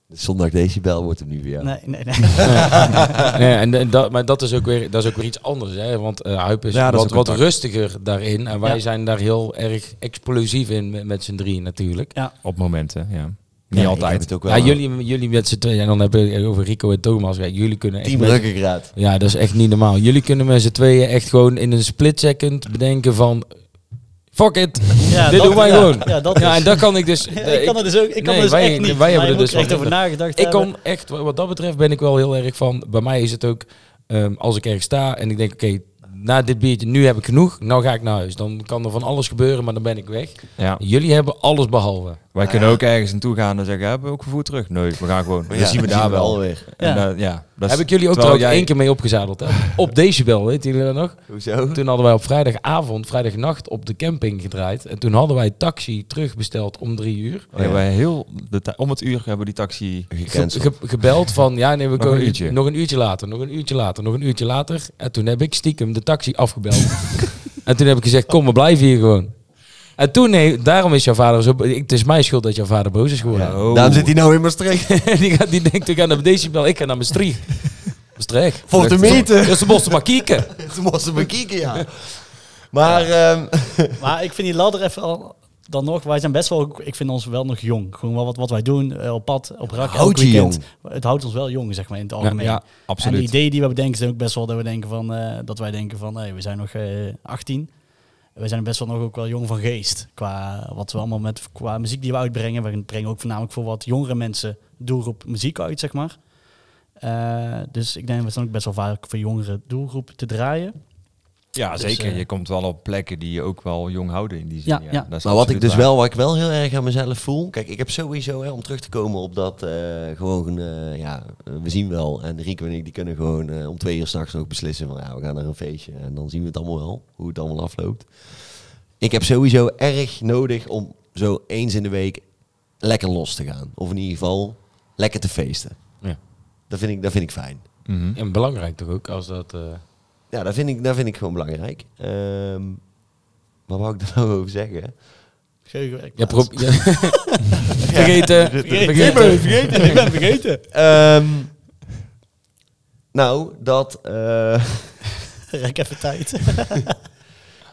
Dus Zondag decibel wordt het nu weer. Nee, nee, nee. Nee, en, de- dat, maar dat is, ook weer, dat is ook weer iets anders. Hè? Want eh Huip is Ja, dat is wat, ook wat een tak. rustiger daarin. En wij Ja. zijn daar heel erg explosief in met, met z'n drieën natuurlijk. Ja. Op momenten, ja. Ja, Niet ik heb altijd. het ook wel. Ja, jullie, jullie met z'n tweeën, en dan heb ik het over Rico en Thomas. Kijk, jullie kunnen echt Team met- Ruggengraat. Ja, dat is echt niet normaal. Jullie kunnen met z'n tweeën echt gewoon in een split second bedenken van... Fuck it, Ja, dit dat- doen wij ja, gewoon. ja, dat is. en dat kan ik dus... Ja, eh, ik kan er dus ook ik kan nee, er dus wij- echt niet. wij hebben Maar er je dus moet echt wel- over nagedacht Eh, Ik hebben. kan echt, wat dat betreft ben ik wel heel erg van, bij mij is het ook, ehm, als ik ergens sta en ik denk, oké, na dit biertje, nu heb ik genoeg, nou ga ik naar huis. Dan kan er van alles gebeuren, maar dan ben ik weg. Ja. Jullie hebben alles behalve. Wij kunnen ook ergens naartoe gaan en zeggen, hebben we ook vervoer terug? Nee, we gaan gewoon. Dan Ja, zien we dat daar wel. weer. En, Ja. eh, ja, dat is- heb ik jullie ook terwijl trouwens één keer mee opgezadeld, hè? Op decibel, weet jullie dat nog? Hoezo? Toen hadden wij op vrijdagavond, vrijdagnacht op de camping gedraaid. En toen hadden wij taxi terugbesteld om drie uur. Oh ja, wij heel de ti- om het uur hebben we die taxi... Ge- Gecanceld. ge- gebeld van, ja nee, we Nog komen een uurtje. nog een uurtje later, nog een uurtje later, nog een uurtje later. En toen heb ik stiekem de taxi afgebeld. en toen heb ik gezegd, kom, we blijven hier gewoon. En toen, nee, daarom is jouw vader zo... ik- Het is mijn schuld dat jouw vader boos is geworden. Oh. Daarom zit hij nou in Maastricht. die, gaat, die denkt, we gaan naar decibel, ik ga naar Maastricht. Maastricht. Voor de meter. Dus ze moesten maar kieken. Ze moesten me kieken, ja. Maar ehm, Maar ik vind die ladder even al... Dan nog, wij zijn best wel... Ik vind ons wel nog jong. Gewoon wel wat, wat wij doen, eh, op pad, op rak, Houdt elk je weekend. Het houdt ons wel jong, zeg maar, in het algemeen. ja, absoluut. En de ideeën die we bedenken zijn ook best wel dat we denken van... eh, dat wij denken van, hey, we zijn nog eh 18. We zijn best wel nog ook wel jong van geest. Qua wat we allemaal met... Qua muziek die we uitbrengen. We brengen ook voornamelijk voor wat jongere mensen doelgroep muziek uit, zeg maar. Eh, dus ik denk, we staan ook best wel vaak voor jongere doelgroep te draaien. Ja, Dus, zeker. eh, je komt wel op plekken die je ook wel jong houden in die zin. Ja, Ja, ja. Dat is Maar wat ik absoluut dus waar. wel, wat ik wel heel erg aan mezelf voel. Kijk, ik heb sowieso, hè, om terug te komen op dat eh, gewoon, eh, ja, eh, we zien wel. En Rico en ik, die kunnen gewoon eh, om twee uur s'nachts nog beslissen van, ja, we gaan naar een feestje. En dan zien we het allemaal wel, hoe het allemaal afloopt. Ik heb sowieso erg nodig om zo eens in de week lekker los te gaan. Of in ieder geval lekker te feesten. Ja. Dat vind ik, dat vind ik fijn. Mhm. En belangrijk toch ook, als dat... eh, Ja, dat vind ik, dat vind ik gewoon belangrijk. Ehm wat wou ik daar nou over zeggen? ja, Geheugenwerkplaats. pro- ja. vergeten, Ik ben vergeten, ik ben vergeten. Ehm, nou, dat. eh, Rek even tijd.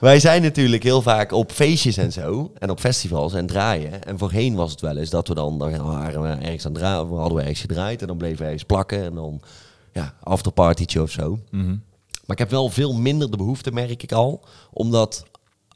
wij zijn natuurlijk heel vaak op feestjes en zo. En op festivals en draaien. En voorheen was het wel eens dat we dan. dan waren we ergens aan het draaien. of hadden we ergens gedraaid. En dan bleven we ergens plakken. En dan. Ja, afterpartietje of zo. Mhm. Maar ik heb wel veel minder de behoefte, merk ik al. Omdat.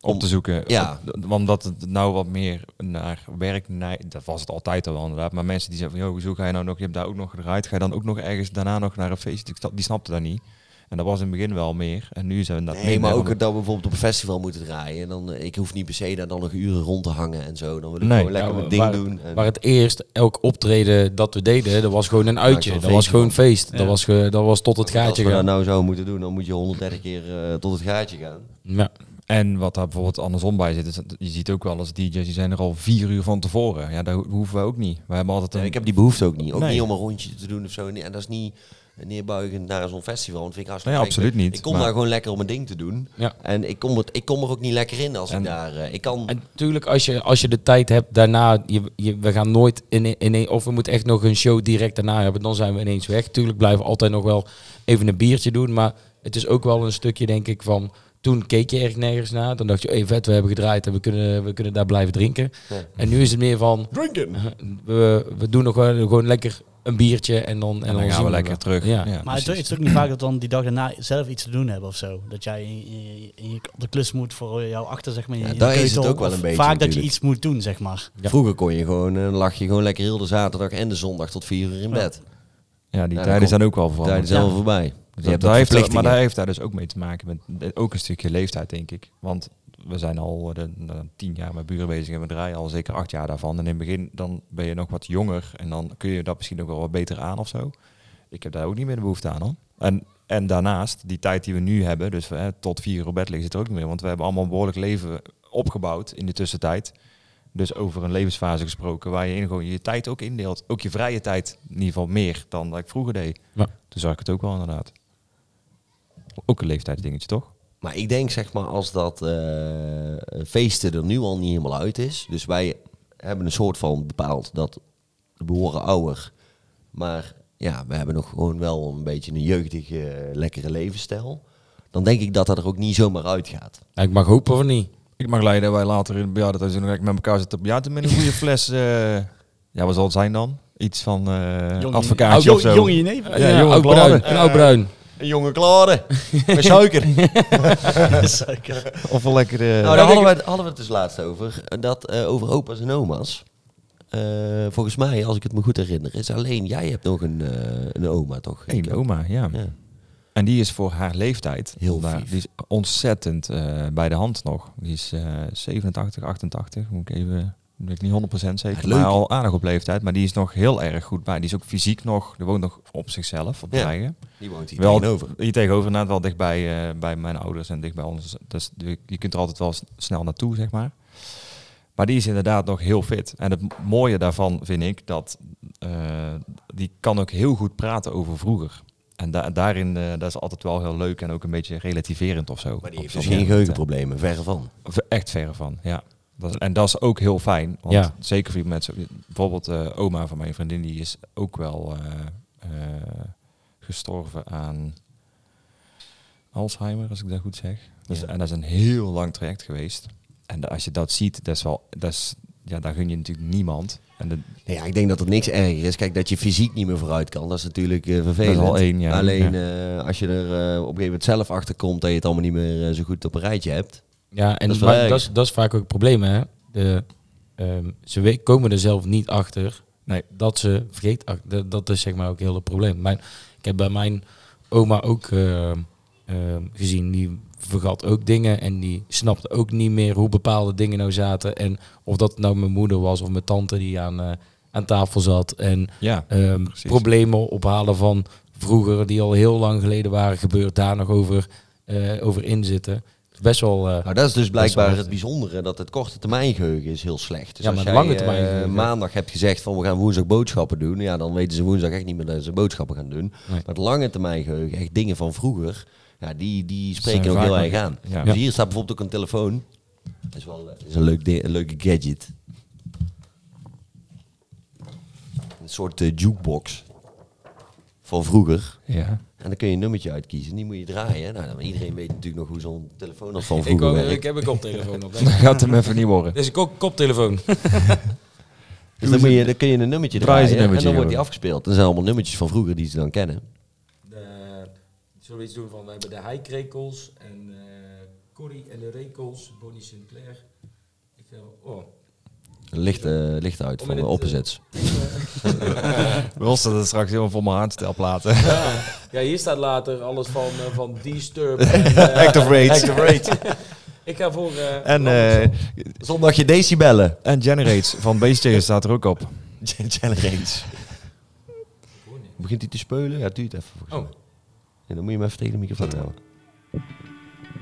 Om te zoeken. Ja. Op- Omdat het nou wat meer naar werk... Nee, dat was het altijd al wel inderdaad. Maar mensen die zeggen van... Joh, hoezo ga je nou nog... Je hebt daar ook nog gedraaid. Ga je dan ook nog ergens daarna nog naar een feestje? Die snapte dat niet. En dat was in het begin wel meer. En nu zijn we dat Nee, maar ook dat we bijvoorbeeld op een festival moeten draaien. En dan, eh, ik hoef niet per se daar dan nog uren rond te hangen en zo. Dan wil ik Nee. gewoon lekker Ja, mijn ding waar- doen. En- Waar het eerst elk optreden dat we deden, dat was gewoon een Ja, uitje. ik Dat wil was feest gewoon feest. Ja. Dat, was ge- dat was tot het Als gaatje we dat gaan. nou zo moeten doen, dan moet je 130 keer eh, tot het gaatje gaan. Ja. En wat daar bijvoorbeeld andersom bij zit, is dat je ziet ook wel eens DJ's die zijn er al vier uur van tevoren. Ja, dat ho- hoeven we ook niet. We hebben altijd een... Ja, ik heb die behoefte ook niet. Ook Nee. niet om een rondje te doen of zo. Nee, En dat is niet neerbuigend naar zo'n festival. Want vind ik hartstikke Nee, leuk. absoluut niet, Ik kom maar- daar gewoon lekker om mijn ding te doen. Ja. En ik kom, het, ik kom er ook niet lekker in als En- ik daar... eh, ik kan... En natuurlijk, als je, als je de tijd hebt daarna, je, je, we gaan nooit in, in, of we moeten echt nog een show direct daarna hebben, dan zijn we ineens weg. Tuurlijk blijven we altijd nog wel even een biertje doen, maar het is ook wel een stukje, denk ik, van toen keek je erg nergens naar. Dan dacht je, hey, vet, we hebben gedraaid en we kunnen, we kunnen daar blijven drinken. Ja. En nu is het meer van, Drinken! we, we doen nog wel gewoon lekker een biertje en dan, en En dan, dan zien gaan we het lekker wel. terug. Ja. Maar het, precies. het is ook niet vaak dat we dan die dag daarna zelf iets te doen hebben of zo. Dat jij in, in- in je- op de klus moet voor jouw achter, zeg maar. in Ja, je daar is het keutel. ook wel een Of beetje Vaak dat natuurlijk. je iets moet doen, zeg maar. Ja. Vroeger kon je gewoon, eh, dan lag je gewoon lekker heel de zaterdag en de zondag tot vier uur in bed. Ja, die Ja, tijden dat zijn ook wel Daar veranderd. is het allemaal Ja. voorbij. Dus Je dat- hebt daar ook heeft dat, maar daar verplichtingen. heeft daar dus ook mee te maken met eh, ook een stukje leeftijd, denk ik. Want we zijn al eh, de, eh, tien jaar met buren bezig en we draaien al zeker acht jaar daarvan. En in het begin dan ben je nog wat jonger en dan kun je dat misschien ook wel wat beter aan of zo. Ik heb daar ook niet meer de behoefte aan. Hoor. En, en daarnaast, die tijd die we nu hebben, dus eh, tot vier uur op bed liggen, zit er ook niet meer. Want we hebben allemaal een behoorlijk leven opgebouwd in de tussentijd. Dus over een levensfase gesproken, waar je in gewoon je tijd ook indeelt. Ook je vrije tijd in ieder geval meer dan dat ik vroeger deed. Ja. Toen zag ik het ook wel inderdaad. Ook een leeftijdsdingetje, toch? Maar ik denk zeg maar als dat eh, feesten er nu al niet helemaal uit is. Dus wij hebben een soort van bepaald dat we behoren ouder. Maar ja, we hebben nog gewoon wel een beetje een jeugdige, eh, lekkere levensstijl. Dan denk ik dat dat er ook niet zomaar uitgaat. Ja, ik mag hopen of niet. Ik mag leiden dat wij later in de dat we met elkaar zitten op bejaarden met een goede fles. eh, ja, wat zal het zijn dan? Iets van eh Jong- advocaatje Oh, of zo. jong- Jong in je neef. Ja, jongen, oud Klaar. bruin. Een oud bruin. Een jonge klare, met suiker. Zeker. Of een lekkere... Nou, daar hadden we, het, hadden we het dus laatst over. Dat eh, over opa's en oma's. Eh, volgens mij, als ik het me goed herinner, is alleen jij hebt nog een, eh, een oma, toch? Eén oma, ja. Ja. En die is voor haar leeftijd Heel daar- vief. Die is ontzettend eh, bij de hand nog. Die is eh 87, 88. Moet ik even. Weet ik niet 100% zeker. Ja, leuk. maar al aardig op leeftijd. Maar die is nog heel erg goed bij. Die is ook fysiek nog. Die woont nog op zichzelf. Op Ja. eigen. Die woont hier Wel- tegenover. Hier tegenover inderdaad wel dicht bij, eh, bij mijn ouders en dicht bij ons. Dus je, je kunt er altijd wel s- snel naartoe, zeg maar. Maar die is inderdaad nog heel fit. En het m- mooie daarvan vind ik dat eh, die kan ook heel goed praten over vroeger. En da- daarin eh, dat is altijd wel heel leuk en ook een beetje relativerend of zo. Maar die heeft Op dus zo'n geen moment, geheugenproblemen, verre van. eh, v- Echt verre van, ja. Dat is- en dat is ook heel fijn. Want Ja. zeker voor die mensen. Bijvoorbeeld eh, oma van mijn vriendin, die is ook wel eh, eh, gestorven aan Alzheimer, als ik dat goed zeg. Dus, Ja. En dat is een heel lang traject geweest. En da- als je dat ziet, dat is wel, dat is, ja, daar gun je natuurlijk niemand. En dat, Nee, Nou ja, ik denk dat er niks erger is. Kijk, dat je fysiek niet meer vooruit kan, dat is natuurlijk eh, vervelend. al één, ja. Alleen eh, als je er eh, op een gegeven moment zelf achter komt dat je het allemaal niet meer eh, zo goed op een rijtje hebt. Ja, en Dat dat is is, wel erg. dat is, dat is vaak ook het probleem, hè. De, ehm, ze we- komen er zelf niet achter Nee. dat ze vergeet. ach- dat, dat is zeg maar ook heel het probleem. Mijn, ik heb bij mijn oma ook ehm, ehm, gezien, die vergat ook dingen en die snapte ook niet meer hoe bepaalde dingen nou zaten. En of dat nou mijn moeder was of mijn tante die aan, eh, aan tafel zat. En ja, ehm, Precies. problemen ophalen van vroeger die al heel lang geleden waren gebeurd, daar nog over, eh, over inzitten. Best wel. eh, Nou, dat is dus blijkbaar heftig. het bijzondere, dat het korte termijn geheugen is heel slecht. Dus Ja, als maar jij lange eh, termijn geheugen. maandag hebt gezegd van we gaan woensdag boodschappen doen, ja, dan weten ze woensdag echt niet meer dat ze boodschappen gaan doen. Maar het lange termijn geheugen, echt dingen van vroeger, ja, die, die spreken Zijn ook heel vaak erg nog- aan. ja. Dus hier staat bijvoorbeeld ook een telefoon. Dat is wel eh, is een, leuk di- een leuke gadget. Een soort eh, jukebox van vroeger. ja. En dan kun je een nummertje uitkiezen, die moet je draaien. Nou, dan- iedereen weet natuurlijk nog hoe zo'n telefoon al van Ik, vroeger werkt. heb een koptelefoon op. Dan gaat hem even niet worden. Dit is een koptelefoon. Dus dan, moet je, dan kun je een nummertje Draai draaien eens een en nummertje, dan wordt die Jeroen. afgespeeld. Er zijn allemaal nummertjes van vroeger die ze dan kennen. zullen we iets doen van, we hebben de heikrekels en eh, Corrie en de rekels, Bonnie Sinclair. Ik, eh, oh, Licht, eh, licht uit van de opposites. eh, Wil ze dat straks heel vol mijn aanstel platen. Ja. ja, hier staat later alles van, eh, van Disturb. Act of Rage. Ik ga voor... eh, En, Anderson. eh Zondag je decibellen. en Generates van Beestje staat er ook op. Generates. Begint hij te speulen? Ja, duurt even. volgens Oh. mij. Ja, dan moet je hem even tegen de microfoon houden.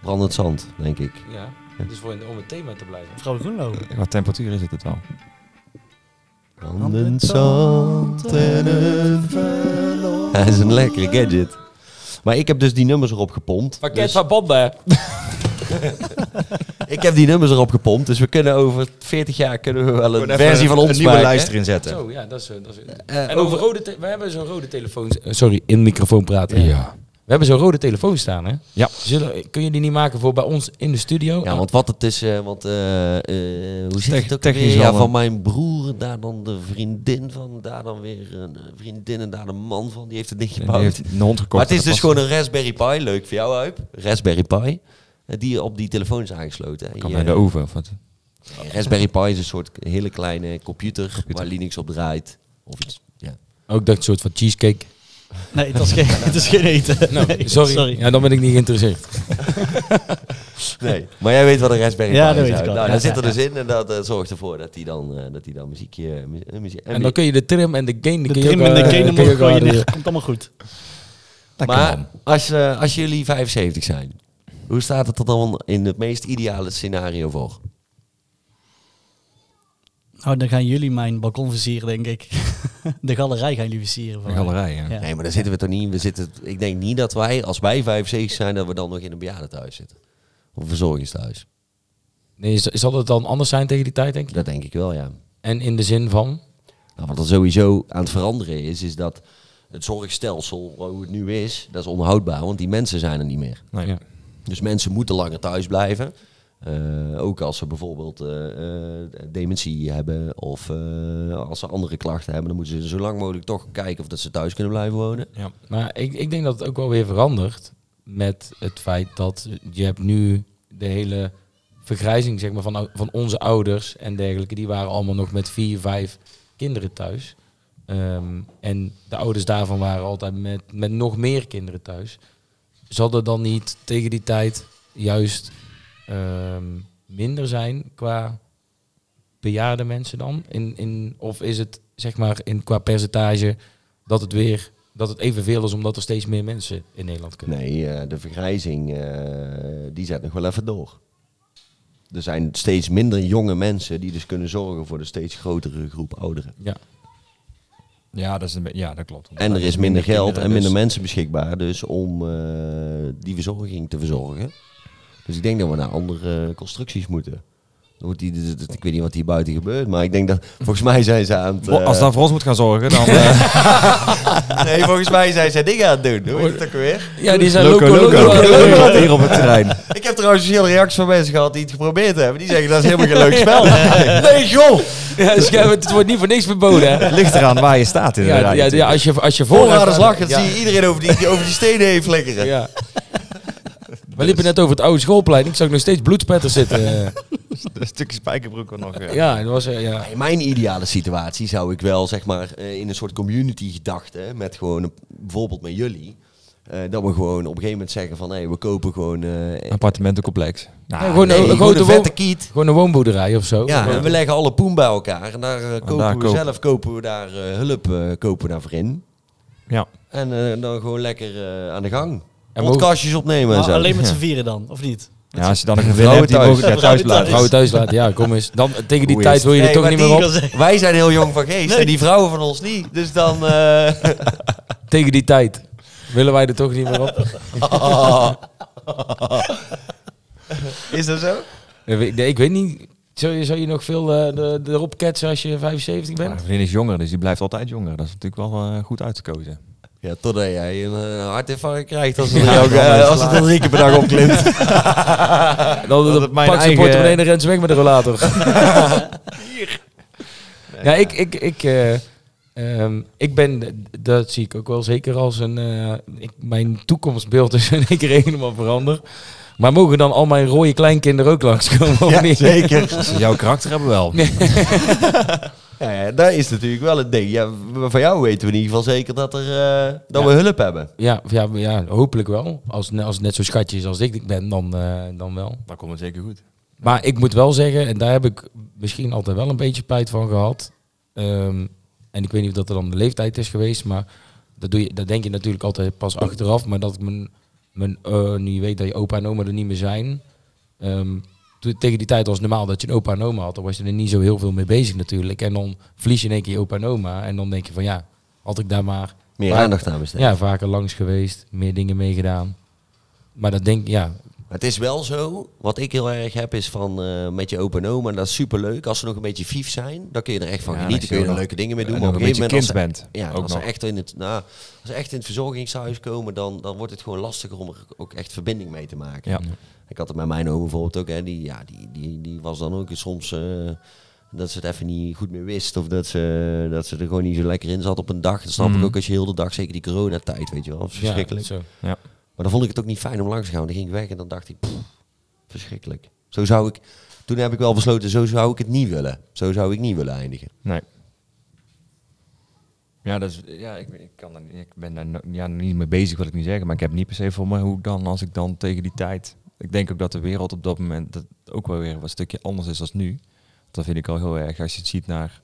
Brandend zand, denk ik. ja, dus voor in- om het thema te blijven. Mevrouw Groenlo. Qua temperatuur is het het wel. Brandend zand en een verloren. Hij is een lekkere gadget. Maar ik heb dus die nummers erop gepompt. Pakket Dus van Banda. ik heb die nummers erop gepompt. Dus we kunnen over 40 jaar kunnen we wel een versie van ons Een nieuwe maken. lijst erin zetten. Zo, ja, dat is... eh, Dat is Eh, en over rode... te- We hebben zo'n rode telefoon... eh, sorry, in de microfoon praten. Ja. We hebben zo'n rode telefoon staan, hè? Ja. Zullen, kun je die niet maken voor bij ons in de studio? Oh, Ja, want wat het is, eh, want eh, eh, hoe zit Tech- het ook technisch weer? Ja, allemaal. van mijn broer, daar dan de vriendin van, daar dan weer een eh, vriendin en daar een man van, die heeft het ding Die gebouwd. heeft een hond gekocht. maar het is en dus dat gewoon een Raspberry Pi, leuk voor jou Huip, Raspberry Pi, eh, die op die telefoon is aangesloten. En past- Kan je- bij de oven. of wat? Raspberry Pi is een soort hele kleine computer, waar Linux op draait. Of iets, ja. Ook dat soort van cheesecake. Nee, het, was geen, het is geen eten. Nou, Nee, sorry. Ja, dan ben ik niet geïnteresseerd. Nee. Maar jij weet wat een Raspberry Ja, Pi dat is. weet Huip. ik wel. Nou, Ja, dat ja, zit er dus in en dat eh, zorgt ervoor dat hij dan, eh, dat hij dan muziekje... mu- eh, muziek, En dan kun je eh, de trim en de gain... De trim en de kenen mogen gooien. neer. Komt allemaal goed. Dat maar kan. als, eh, als jullie 75 zijn, hoe staat het er dan in het meest ideale scenario voor? Nou, dan gaan jullie mijn balkon versieren, denk ik. De galerij gaan jullie versieren. Een Van galerij, ja. Ja. Nee, maar daar zitten we toch niet in. We zitten, ik denk niet dat wij, als wij 75 zijn, dat we dan nog in een bejaardentehuis zitten. Of een verzorgingstehuis. Nee, z- zal het dan anders zijn tegen die tijd, denk je? Dat denk ik wel, ja. En in de zin van? Nou, wat er sowieso aan het veranderen is, is dat het zorgstelsel, hoe het nu is, dat is onhoudbaar, want die mensen zijn er niet meer. Nee. Ja. Dus mensen moeten langer thuis blijven. Eh, ook als ze bijvoorbeeld eh, eh, dementie hebben of eh, als ze andere klachten hebben, dan moeten ze zo lang mogelijk toch kijken of dat ze thuis kunnen blijven wonen. Maar ik, ik denk dat het ook wel weer verandert met het feit dat je hebt nu de hele vergrijzing zeg maar, van, ou- van onze ouders en dergelijke. Die waren allemaal nog met vier, vijf kinderen thuis. Ehm, en de ouders daarvan waren altijd met, met nog meer kinderen thuis. Zal er dan niet tegen die tijd juist ehm, minder zijn qua bejaarde mensen dan? In, in, of is het zeg maar in, qua percentage dat het weer dat het evenveel is omdat er steeds meer mensen in Nederland kunnen. Nee, eh, de vergrijzing eh, die zet nog wel even door. Er zijn steeds minder jonge mensen die dus kunnen zorgen voor de steeds grotere groep ouderen. Ja. Ja, dat, is een be- ja, dat klopt. En er is minder geld en minder mensen. mensen beschikbaar dus om eh, die verzorging te verzorgen. Dus ik denk dat we naar andere constructies moeten. Dan wordt die, d- d- ik weet niet wat hier buiten gebeurt, maar ik denk dat volgens mij zijn ze aan het... Bo- Als eh, dat voor ons moet gaan zorgen, dan... eh, nee, volgens mij zijn ze dingen aan het doen. Hoe heet het ook weer? Ja, die zijn loco, loco, loco, loco, loco, hier op het terrein. Ik heb trouwens veel reacties van mensen gehad die het geprobeerd hebben. Die zeggen dat is helemaal geen leuk spel. Nee, joh! Ja, dus, ja, het wordt niet voor niks verboden. Hè? Ligt eraan waar je staat in de Ja, rij. ja, ja, als je, als je Voorraders voor- lachen, Ja. zie je iedereen over die, over die stenen heen flikkeren. Ja. We liepen net over het oude schoolplein. Ik zag nog steeds bloedspetters zitten. Een stukje spijkerbroek nog. eh. Ja, dat was... eh, Ja. In mijn ideale situatie zou ik wel, zeg maar, eh, in een soort community gedachte, met gewoon, een- bijvoorbeeld met jullie, eh, dat we gewoon op een gegeven moment zeggen van, hé, we kopen gewoon... eh, Appartementencomplex. Nou, Ja, gewoon nee, Oh, een, een gewoon grote Oh, een wo- vette kiet. gewoon een woonboerderij of zo. Ja, en we leggen alle poen bij elkaar en daar eh, kopen daar we kopen- zelf, kopen we daar eh, hulp, eh, kopen we daarvoor in. ja. En eh, dan gewoon lekker eh, aan de gang. En Podcastjes opnemen en Maar zo. alleen met z'n Ja. vieren dan, of niet? ja, als je dan nog een Vrouwen vrouw hebt, die thuis. mogen daar thuis Vrouwen blijven. Vrouwen thuis laten. Ja, kom eens. Dan, tegen die Hoe tijd is- wil je er Nee, toch maar niet meer die op. kan zeggen- Wij zijn heel jong van geest Nee. en die vrouwen van ons niet. Dus dan... eh, Tegen die tijd willen wij er toch niet meer op. Is dat zo? Ja, weet- nee, ik weet niet. Zou je, zou je nog veel eh, de- erop ketsen als je 75 Mijn bent? vriendin is jonger, dus die blijft altijd jonger. Dat is natuurlijk wel eh, goed uitgekozen. Ja, totdat jij een eh, hartinfarct krijgt als het, er ook, eh, als het er drie keer per dag opklimt. Dan, Dat dan het pak mijn je eigen- portemonnee en rent ze weg met de rollator. ja, ik, ik, ik, eh, Ehm, ik ben, dat zie ik ook wel zeker als een. eh, ik, mijn toekomstbeeld is in één keer helemaal veranderd. Maar mogen dan al mijn rode kleinkinderen ook langskomen? of niet? zeker. Jouw karakter hebben we wel. Ja, ja, dat is natuurlijk wel het ding. Ja, w- van jou weten we in ieder geval zeker dat, er, eh, dat we hulp hebben. Ja, ja, ja, hopelijk wel. Als, als het net zo schatje is als ik ben, dan, eh, dan wel. Dat komt het zeker goed. Maar ik moet wel zeggen, en daar heb ik misschien altijd wel een beetje spijt van gehad. ehm, en ik weet niet of dat er dan de leeftijd is geweest, maar dat, doe je, dat denk je natuurlijk altijd pas achteraf. Maar dat ik mijn, mijn, eh, nu je weet dat je opa en oma er niet meer zijn. ehm, toen- tegen die tijd was het normaal dat je een opa en oma had. Dan was je er niet zo heel veel mee bezig natuurlijk. En dan verlies je in één keer je opa en oma. En dan denk je van ja, had ik daar maar Meer Maar- aandacht aan besteden. ja, vaker langs geweest, meer dingen meegedaan. Maar dat denk ja, Maar het is wel zo, wat ik heel erg heb is van eh, met je open en oma, dat is superleuk. Als ze nog een beetje fief zijn, dan kun je er echt van Ja, genieten, als kun je je er nog- leuke dingen mee doen. en Maar op nog een een gegeven beetje moment als kind ze- bent, Ja, ook als, ze nog. echt in het, nou, als ze echt in het verzorgingshuis komen, dan, dan wordt het gewoon lastiger om er ook echt verbinding mee te maken. Ja. Ik had het met mijn oom bijvoorbeeld ook. Hè, die, ja, die, die, die was dan ook soms eh, dat ze het even niet goed meer wist. Of dat ze, dat ze er gewoon niet zo lekker in zat op een dag. Dat snap Mhm. ik ook als je heel de dag, zeker die coronatijd, weet je wel. Verschrikkelijk. Ja, zo. maar dan vond ik het ook niet fijn om langs te gaan. Dan ging ik weg en dan dacht ik, pff, verschrikkelijk. Zo zou ik, toen heb ik wel besloten, zo zou ik het niet willen. Zo zou ik niet willen eindigen. Nee. Ja, dat is, ja ik, ik, kan daar, niet- ik ben daar no- ja, niet mee bezig, wil ik niet zeggen. Maar ik heb niet per se voor me hoe dan, als ik dan tegen die tijd... Ik denk ook dat de wereld op dat moment dat ook wel weer een stukje anders is dan nu. Dat vind ik al heel erg. Als je het ziet naar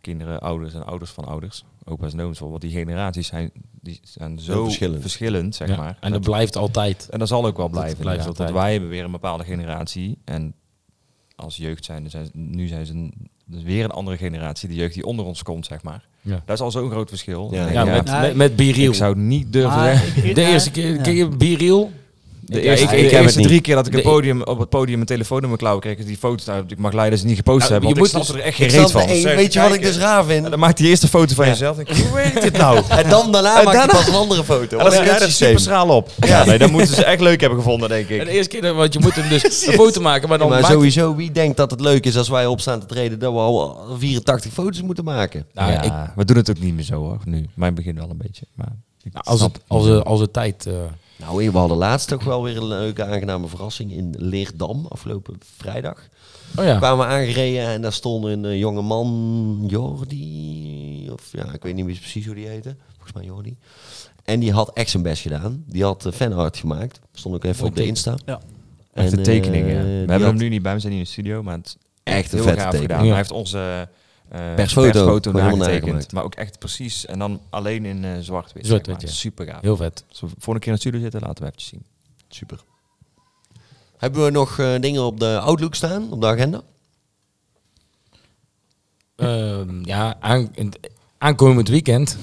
kinderen, ouders en ouders van ouders. Opa's en ooms bijvoorbeeld. Die generaties zijn, die zijn zo Heel verschillend. verschillend, zeg Ja, maar. En dat blijft altijd. En dat zal ook wel blijven. blijft inderdaad. altijd. Want wij hebben weer een bepaalde generatie. En als jeugd zijn, zijn ze- nu zijn ze een- dus weer een andere generatie. De jeugd die onder ons komt, zeg maar. Ja, Dat is al zo'n groot verschil. Ja. Ik ja, denk, met, Ja. met, met Biriel. Ik zou niet durven Maar zeggen. ik- De nou, eerste keer, ja. keer Biriel. De Ja, eerste, ik- de ik heb eerste het drie keer dat ik een De- podium, op het podium mijn telefoonnummer klauw kreeg, is die foto's uit. Ik mag leiden ze niet gepost Nou, hebben. je Want ik moet snap dus- er echt geen Ik snap reet van. de- Zeg, weet je wat ik kijk, dus raar vind? en Dan maakt die eerste foto van jezelf. denk ik, hoe werkt dit nou? En dan daarna En maak je daarna- pas een andere foto. En dan Wat een rijden ze kutsysteem. super schraal op. Ja, nee, dat moeten ze echt leuk hebben gevonden, denk ik. En de eerste keer, dat- want je moet hem dus een foto maken, maar dan maar maakt- sowieso, wie denkt dat het leuk is als wij opstaan te treden dat we al 84 foto's moeten maken? Nou, ja, ik- we doen het ook niet meer zo hoor, nu. Mijn begin wel een beetje. Maar ik nou, als, snap het, als, het, als het tijd... eh, Nou, we hadden laatst toch wel weer een leuke, aangename verrassing in Leerdam afgelopen vrijdag. oh ja, kwamen we aangereden en daar stond een eh, jonge man, Jordi, of ja, ik weet niet meer precies hoe die heette. Volgens mij Jordi. En die had echt zijn best gedaan. Die had eh, fanart gemaakt. Stond ook even op de Insta. Ja. Oh, echt de eh, tekeningen. die we hebben hem nu niet bij, we zijn niet in de studio, maar het is Echt een heel vette gaaf tekening. gedaan. Ja. Hij heeft onze eh Persfoto, persfoto helemaal nagetekend, nagemaakt. maar ook echt precies. En dan alleen in eh, zwart-wit. Zwart-wit, zeg maar. ja. Super gaaf. heel vet. Als we volgende keer in de studio zitten, laten we even zien. Super. Hebben we nog eh, dingen op de Outlook staan, op de agenda? Ehm, ja, aan, aankomend weekend.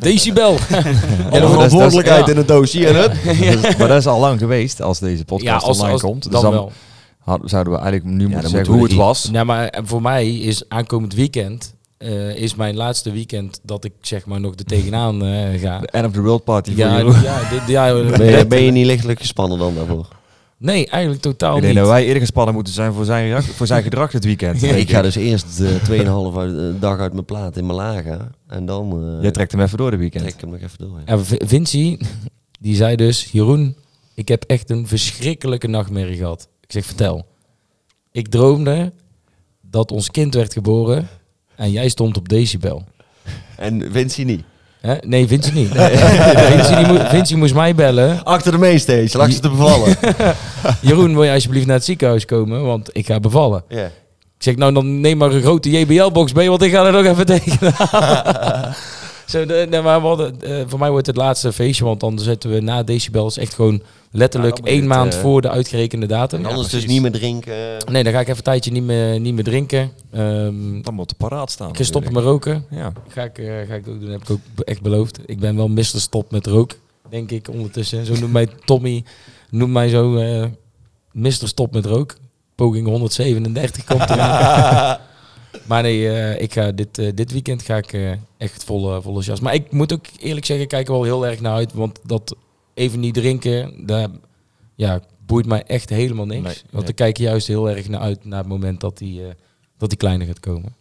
Decibel. En Allemaal- verantwoordelijkheid ja. in het doosje en hup. maar dat is al lang geweest als deze podcast Ja, als, online als, komt. dan, Dus dan, wel. had- zouden we eigenlijk nu moeten dan zeggen hoe moeten het we was. Ja, maar eh, voor mij is aankomend weekend eh, is mijn laatste weekend dat ik zeg maar nog er tegenaan eh, ga. De end of the world party Ja, voor Jeroen. ja, dit, ja, Ben je, ben je niet lichtelijk gespannen dan daarvoor? nee, eigenlijk totaal Ik Oh, niet. denk dat wij eerder gespannen moeten zijn voor zijn, react- voor zijn gedrag dit weekend. denk ik ga dus eerst eh 2,5 dag uit mijn plaat in Malaga. En dan eh, Jij trekt hem even door de weekend. trek ik hem nog even door. ja. En V- Vinci, die zei dus, Jeroen, ik heb echt een verschrikkelijke nachtmerrie gehad. Ik zeg, vertel. Ik droomde dat ons kind werd geboren en jij stond op decibel. En Vinci niet. Hè? Nee, Vinci niet. Vinci, die moe- Vinci moest mij bellen. Achter de mainstage, lag ze te bevallen. Jeroen, wil je alsjeblieft naar het ziekenhuis komen, want ik ga bevallen. ja. Ik zeg, nou dan neem maar een grote JBL-box mee, want ik ga er nog even tegenaan. Zo, de, nee, maar we hadden, eh, voor mij wordt het laatste feestje, want dan zetten we na decibels echt gewoon letterlijk Ja, dan moet één je het, maand eh, voor de uitgerekende datum. En anders dus precies. niet meer drinken. Nee, dan ga ik even een tijdje niet meer, niet meer drinken. Ehm, Dan moet de paraat staan. ik ga stoppen met roken. Ja. Ga ik, eh, ga ik ook doen, heb ik ook be- echt beloofd. Ik ben wel Mr. Stop met rook, denk ik ondertussen. Zo noemt mij Tommy, noemt mij zo eh Mr. Stop met rook. Poging 137 komt eraan. maar nee, eh, ik ga dit, eh, dit weekend ga ik eh, echt volle, volle jas. Maar ik moet ook eerlijk zeggen, ik kijk er wel heel erg naar uit. Want dat even niet drinken, daar ja, boeit mij echt helemaal niks. Nee, want nee. ik kijk er juist heel erg naar uit naar het moment dat die, eh, dat die kleine gaat komen.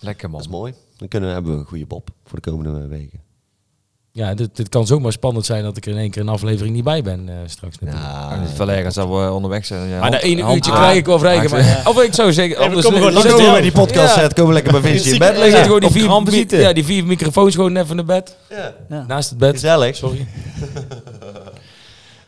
Lekker Dat man. is mooi. Dan kunnen, hebben we een goede Bob voor de komende eh, weken. Ja, dit, dit kan zomaar spannend zijn dat ik er in één keer een aflevering niet bij ben eh, straks. natuurlijk. Ja, Ah, Valera zal wel onderweg zijn. Ja, maar na hand- ene hand- uurtje ah, krijg ik wel vrij. maakt- Maar, Of ik zou zeggen, we anders komen gewoon zet langs je- door bij die podcast Ja. set, komen we lekker bij Vinci in bed Dan zet liggen. gewoon die vier, kramp zitten. ja, die vier microfoons gewoon even naar bed. Ja. Naast het bed. Gezellig.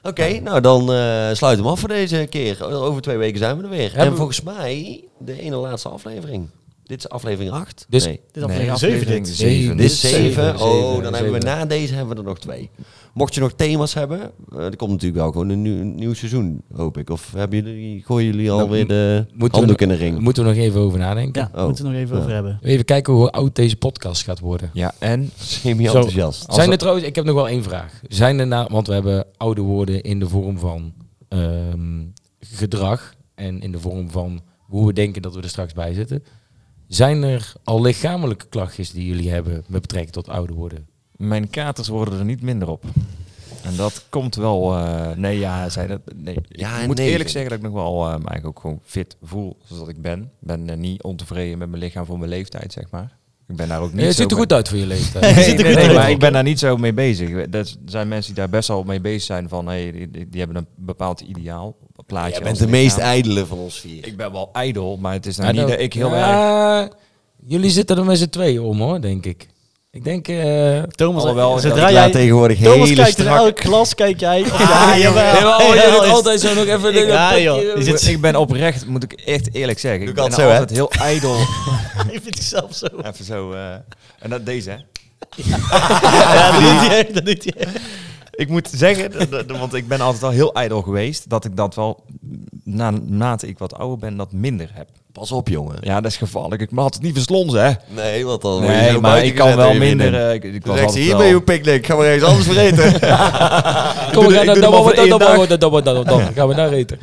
Oké, Sorry. nou dan eh sluit hem af voor deze keer. Over twee weken zijn we er weer. Hebben en we- volgens mij de ene laatste aflevering. Dit is aflevering 8. Dus- nee, Dit is Nee, aflevering aflevering 7 dit. zeven. Zeven. dit dit is is 7. zeven, Oh, zeven, dan hebben we zeven. na deze hebben we er nog twee. Mocht je nog thema's hebben, eh, er komt natuurlijk wel gewoon een nieuw, een nieuw seizoen, hoop ik. Of hebben jullie, gooien jullie Nou, alweer de moeten we handdoek in nog- de ring? Moeten we nog even over nadenken. Ja, Oh. moeten we nog even Ja. over hebben. Even kijken hoe oud deze podcast gaat worden. Ja, en Semi-enthousiast. Als Zijn we- er trouwens, ik heb nog wel één vraag. Zijn er na, want we hebben oude woorden in de vorm van ehm, gedrag en in de vorm van hoe we denken dat we er straks bij zitten. Zijn er al lichamelijke klachtjes die jullie hebben met betrekking tot oude woorden? mijn katers worden er niet minder op. En dat komt wel. eh, nee, ja, zei dat. Nee. Ja, ik moet nee, eerlijk vind zeggen dat ik nog wel eh, me eigenlijk ook gewoon fit voel zoals dat ik ben. Ik ben eh, niet ontevreden met mijn lichaam voor mijn leeftijd, zeg maar. Ik ben daar ook niet. Nee, het zo ziet er mee- goed uit voor je leeftijd. Nee, ziet er nee, goed nee, uit. maar ik ben daar niet zo mee bezig. Er zijn mensen die daar best wel mee bezig zijn van, hey, die, die- die hebben een bepaald ideaal plaatje. Jij als bent de lichaam. meest ijdele van ons vier. Ik ben wel ijdel, maar het is nou Ja, niet dan- dat ik heel erg... Ja, Jullie zitten er met z'n tweeën om hoor, denk ik. Ik denk... eh, Thomas, Alhoewel, ik zodra laat jij... tegenwoordig Thomas hele kijkt in strakke... elk glas, kijk jij. Ja, Ja, maar, oh, jij Jawel, doet is- altijd zo nog even... Ik- ja, joh. Is het- Ik ben oprecht, moet ik echt eerlijk zeggen. Doe Ik ik ben altijd zo, hè? altijd heel ijdel. Hij vindt zichzelf zo. Even zo. eh, en dat deze, hè? Ja, dat doet hij echt, dat doet hij echt. Ik moet zeggen, dat- dat- want ik ben altijd al heel ijdel geweest, dat ik dat wel, na, naarmate ik wat ouder ben, dat minder heb. Pas op, jongen. Ja, dat is gevaarlijk. Ik had het niet verslonzen, hè? Nee, want dan word je Nee, zo maar buiten ik kan gezet wel door je minder... vriendin. eh, ik, ik Toen zegt was ze, altijd hier wel- ben je op picknick, gaan we ergens anders voor eten. Kom, we doe- gaan ik doe naar hem al voor één dag. Double Double Double Double. Gaan we daar eten.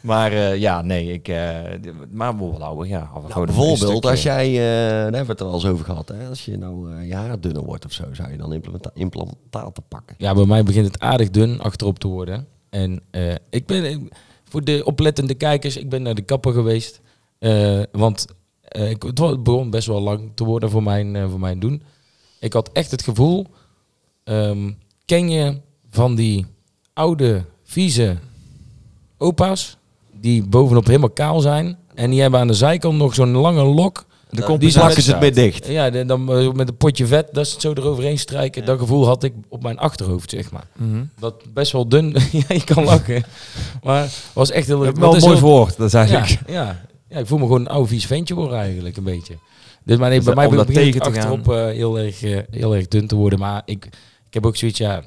Maar eh, ja, nee, ik... eh, d- maar wel ouder, ja. Gewoon een Bijvoorbeeld, stukje. als jij, eh, daar hebben we het er al eens over gehad, hè? als je nou eh, je haar dunner wordt of zo, zou je dan implementa- implantaten pakken? Ja, bij mij begint het aardig dun achterop te worden. En eh, ik ben, ik- voor de oplettende kijkers, ik ben naar de kapper geweest. Eh, want eh, ik, het wa- begon best wel lang te worden voor mijn, eh, voor mijn doen. Ik had echt het gevoel, ehm, ken je van die oude, vieze opa's, die bovenop helemaal kaal zijn. En die hebben aan de zijkant nog zo'n lange lok. De Die compensatie- Plakken ze het mee dicht. Ja, de- dan eh, met een potje vet, dat ze het zo eroverheen strijken. Dat gevoel had ik op mijn achterhoofd, zeg maar. Mhm. Dat best wel dun. ja, je kan lachen. Maar was echt heel Dat leuk. is wel een Want mooi het is woord, dat is heel- eigenlijk. Ja, ja. ja, ik voel me gewoon een oud vies ventje worden eigenlijk, een beetje. Dus maar nee, Dus bij mij om dat begint het tegen te gaan. achterop eh, heel, erg, eh, heel erg dun te worden. Maar ik, ik heb ook zoiets, ja,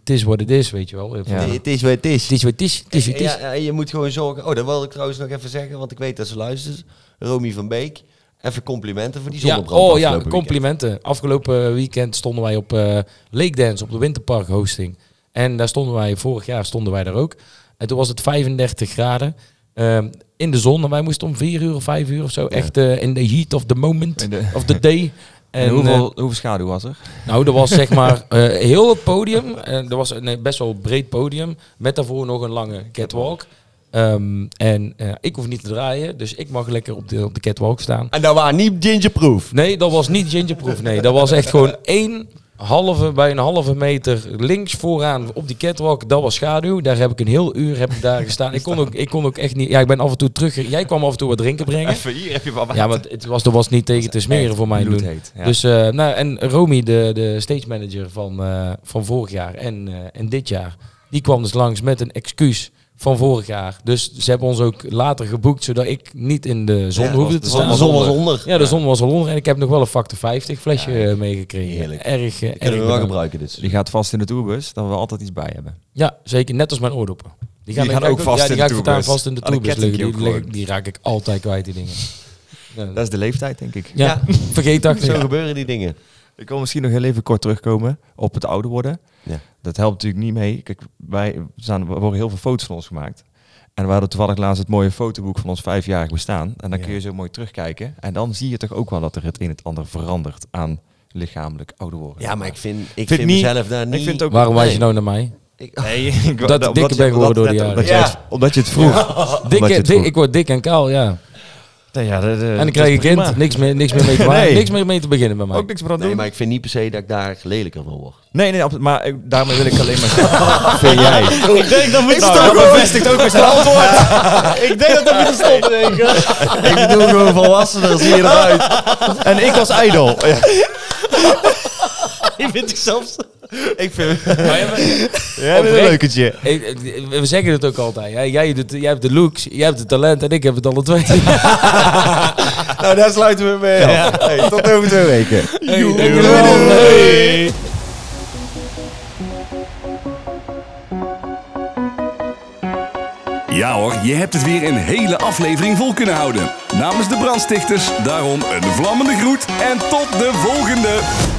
het is wat het is, weet je wel. Ja. Nee, het is wat het is. Het is wat het is, het is wat het is. Ja, ja, je moet gewoon zorgen. Oh, dat wil ik trouwens nog even zeggen, want ik weet dat ze luistert. Romy van Beek, even complimenten voor die Ja, zonnebrand. oh ja, afgelopen weekend. complimenten. Afgelopen weekend stonden wij op eh Lake Dance op de Winterpark hosting. En daar stonden wij, vorig jaar stonden wij daar ook. En toen was het 35 graden ehm, in de zon. En wij moesten om 4 uur of 5 uur of zo echt eh, in de heat of the moment In de- of the day. En, eh, En, hoeveel, hoeveel schaduw was er? eh, nou, er was zeg maar eh, heel het podium. en er was een eh, best wel breed podium. Met daarvoor nog een lange catwalk. Ehm, en eh, ik hoef niet te draaien, dus ik mag lekker op de, op de catwalk staan. En dat waren niet gingerproof. Nee, dat was niet gingerproof. Nee, dat was echt gewoon één halve bij een halve meter links vooraan op die catwalk. Dat was schaduw. Daar heb ik een heel uur heb ik daar gestaan. Ik kon ook, ik kon ook echt niet. Ja, ik ben af en toe terug. Jij kwam af en toe wat drinken brengen. hier heb je wat Ja, maar het was, er was niet tegen te smeren voor mij doen. Bloedheet, ja. Dus, eh, nou, en Romy, de, de stage manager van, eh, van vorig jaar en, eh, en dit jaar, die kwam dus langs met een excuus van vorig jaar. Dus ze hebben ons ook later geboekt, zodat ik niet in de zon Ja, hoefde de te zon staan. was onder. onder. Ja, de zon was al onder en ik heb nog wel een factor 50 flesje eh, meegekregen. Heerlijk. Erg, eh, Kunnen erg we wel bedankt. gebruiken dus. dit. Die Dus gaat vast in de tourbus, dan we altijd iets bij hebben. Ja, zeker. Net als mijn oordoppen. Die gaan ik- ook vast ja, in die de ga ik voortaan tourbus. vast in de Aan de toebus ketting liggen. Die, ook leg- gewoon. die raak ik altijd kwijt, die dingen. Ja, Dat is de leeftijd, denk ik. ja, Ja. vergeet dat. Zo gebeuren die dingen. Ik wil misschien nog heel even kort terugkomen op het ouder worden. Ja. Dat helpt natuurlijk niet mee. Kijk, wij staan, er worden heel veel foto's van ons gemaakt. En we hadden toevallig laatst het mooie fotoboek van ons vijfjarig bestaan. En dan Ja. kun je zo mooi terugkijken. En dan zie je toch ook wel dat er het een en het ander verandert aan lichamelijk ouder worden. Ja, maar ik vind, ik vind, vind niet- mezelf daar Ik niet... vind het ook... Waarom wijs je Nee. nou naar mij? Ik- Nee, ik, Omdat ik dikker ben geworden door de jaren. Omdat, jij het- omdat je het vroeg. Omdat je Dikke, het dik, vroeg. ik word dik en kaal, ja. Nee, ja, dat, eh, en dan dat krijg is je prima. kind, niks meer, niks meer mee te Nee. maken, niks meer mee te beginnen bij mij. Ook niks meer aan Nee, doen. maar ik vind niet per se dat ik daar lelijker van word. Nee, nee, absolu- maar ik- daarmee wil ik alleen maar... vind jij? Ik denk dat we Ik sta stoppen. gewoon bevestigd ook weer zijn antwoord. Ik denk dat we moeten stoppen, denk ik. ik bedoel gewoon volwassener, zie je eruit. En ik was ijdel. Ja. Ik vind het zelfs... Ik vind... Maar ja, maar- Jij bent een Oprecht. leukentje. ik- ik- we zeggen het ook altijd. Hè? Jij, doet, jij hebt de looks, jij hebt het talent en ik heb het alle twee. Nou, daar sluiten we mee af. Hey, tot over twee weken. Hey, Doei, dankjewel. doei. Ja hoor, je hebt het weer een hele aflevering vol kunnen houden. Namens de brandstichters daarom een vlammende groet en tot de volgende!